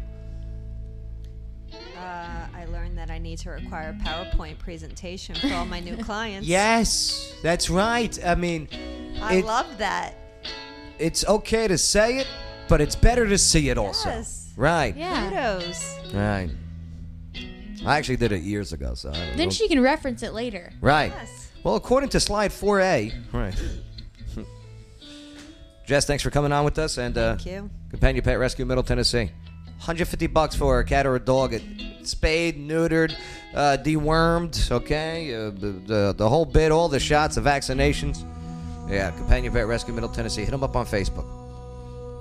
Speaker 22: Uh, I learned that I need to require a PowerPoint presentation for all
Speaker 1: *laughs*
Speaker 22: my new clients.
Speaker 1: Yes, that's right. I mean,
Speaker 22: I
Speaker 1: it-
Speaker 22: love that.
Speaker 1: it's okay to say it, but it's better to see it also.
Speaker 22: Yes.
Speaker 1: Right.
Speaker 22: Kudos.
Speaker 1: Right. I actually did it years ago, so I don't
Speaker 6: Then
Speaker 1: know.
Speaker 6: she can reference it later.
Speaker 1: Right. Well, according to slide 4A. Right. Jess, thanks for coming on with us. And, uh,
Speaker 22: Thank you.
Speaker 1: Companion Pet Rescue, Middle Tennessee. 150 bucks for a cat or a dog. It- Spayed, neutered, uh, dewormed, okay? Uh, the, the, the whole bit, all the shots, the vaccinations. Yeah, Companion Pet Rescue, Middle Tennessee. Hit them up on Facebook.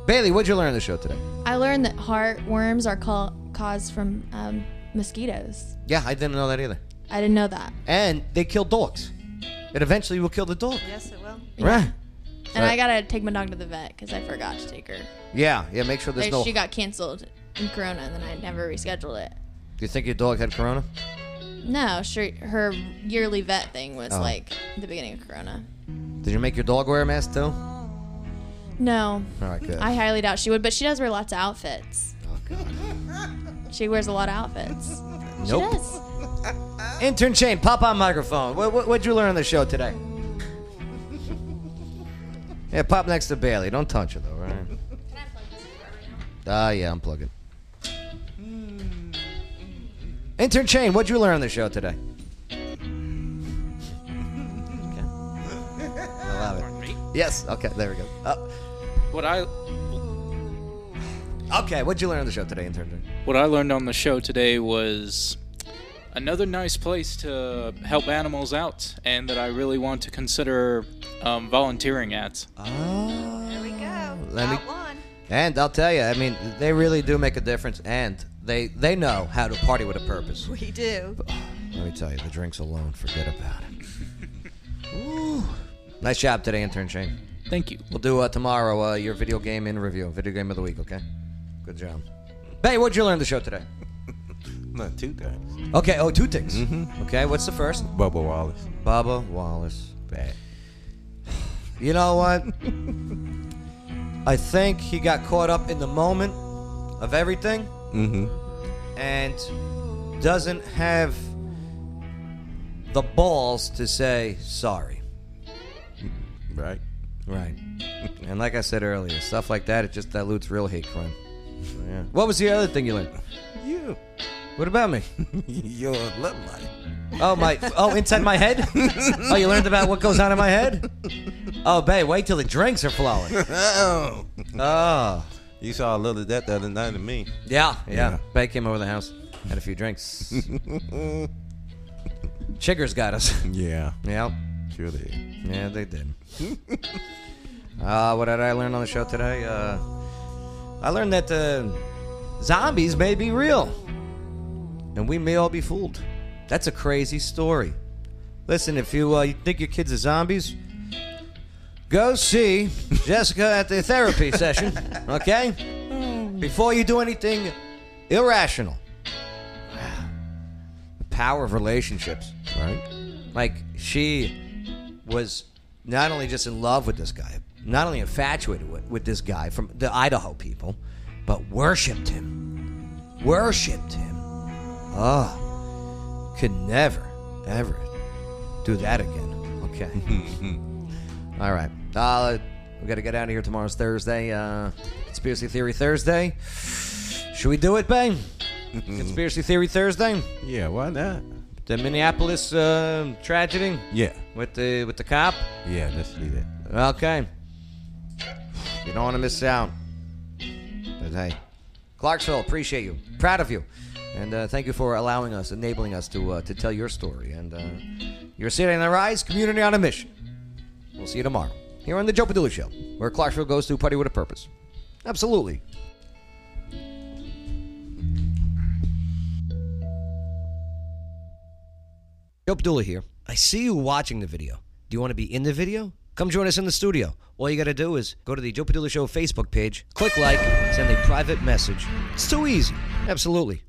Speaker 1: Bailey, what'd you learn on the show today?
Speaker 6: I learned that heartworms are call, caused from um, mosquitoes.
Speaker 1: Yeah, I didn't know that either.
Speaker 6: I didn't know that.
Speaker 1: And they kill dogs. It eventually will kill the dog.
Speaker 6: Yes, it will.
Speaker 1: Right.
Speaker 6: And
Speaker 1: Right.
Speaker 6: I gotta take my dog to the vet because I forgot to take her.
Speaker 1: Yeah, yeah, make sure there's
Speaker 6: Like,
Speaker 1: no.
Speaker 6: She got canceled in Corona, and then I never rescheduled it.
Speaker 1: Do you think your dog had corona?
Speaker 6: No, sure. Her yearly vet thing was
Speaker 1: Oh.
Speaker 6: like the beginning of Corona.
Speaker 1: Did you make your dog wear a mask too? All
Speaker 6: No,
Speaker 1: right, good.
Speaker 6: I highly doubt she would, but she does wear lots of outfits.
Speaker 1: Oh
Speaker 6: God. She wears a lot of outfits.
Speaker 1: Nope.
Speaker 6: She does.
Speaker 1: Intern Shane, pop on microphone. What, what, what'd you learn on the show today? yeah, pop next to Bailey. Don't touch her though, all right? Ah, yeah, unplug it. Intern Shane, what'd you learn on the show today? I love it. Yes. Okay. There we go. Uh,
Speaker 2: What I
Speaker 1: okay. What'd you learn on the show today, Intern? Shane?
Speaker 2: what I learned on the show today was another nice place to help animals out, and that I really want to consider um, volunteering at.
Speaker 1: There we go. Let me, And I'll tell you, I mean, they really do make a difference, and they they know how to party with a purpose.
Speaker 22: We do.
Speaker 1: Let me tell you, the drinks alone, forget about it. Nice job today, intern Shane.
Speaker 2: Thank you.
Speaker 1: We'll do uh, tomorrow uh, your video game in review, video game of the week. Okay. Good job. Bay, what'd you learn on the show today?
Speaker 11: No, two things.
Speaker 1: Okay. Oh, two things. Mm-hmm. Okay. What's the first?
Speaker 11: Bubba Wallace.
Speaker 1: Bubba Wallace. Bad. You know *laughs* what? I think he got caught up in the moment of everything
Speaker 11: Mm-hmm.
Speaker 1: and doesn't have the balls to say sorry.
Speaker 11: Right.
Speaker 1: Right. *laughs* and like I said earlier, stuff like that it just dilutes real hate crime. So, yeah. What was the other thing you learned?
Speaker 11: You. *laughs*
Speaker 1: What about me?
Speaker 11: Your love life.
Speaker 1: Oh my! Oh, inside my *laughs* head. Oh, you learned about what goes on in my *laughs* head. Oh, babe, wait till the drinks are flowing.
Speaker 11: oh.
Speaker 1: Oh.
Speaker 11: You saw a little of that the other night in me.
Speaker 1: Yeah, yeah.
Speaker 11: Yeah.
Speaker 1: Babe came over the house, had a few drinks. Chiggers got us.
Speaker 11: Yeah.
Speaker 1: Yeah.
Speaker 11: Sure did.
Speaker 1: Yeah, they did. uh, what did I learn on the show today? Uh, I learned that uh, zombies may be real, and we may all be fooled. That's a crazy story. Listen, if you, uh, you think your kids are zombies, go see Jessica at the therapy session, okay? Before you do anything irrational. The power of relationships, right? Like she was not only just in love with this guy, not only infatuated with, with this guy from the Idaho people, but worshipped him. Worshipped him. Oh, could never, ever do that again. Okay. All right. Uh, we got to get out of here. Tomorrow's Thursday. Uh, Conspiracy Theory Thursday. Should we do it, Bang? Conspiracy Theory Thursday.
Speaker 11: Yeah, why not?
Speaker 1: The Minneapolis uh, tragedy.
Speaker 11: Yeah.
Speaker 1: With the with the cop.
Speaker 11: Yeah, let's do that.
Speaker 1: Okay. You don't want to miss out. But hey, Clarksville, appreciate you. Proud of you. And uh, thank you for allowing us, enabling us to uh, to tell your story. And uh, you're sitting on the rise, community on a mission. We'll see you tomorrow here on the Joe Padula Show, where Clarksville goes to a party with a purpose. Absolutely. Joe Padula here. I see you watching the video. Do you want to be in the video? Come join us in the studio. All you got to do is go to the Joe Padula Show Facebook page, click like, send a private message. It's too easy. Absolutely.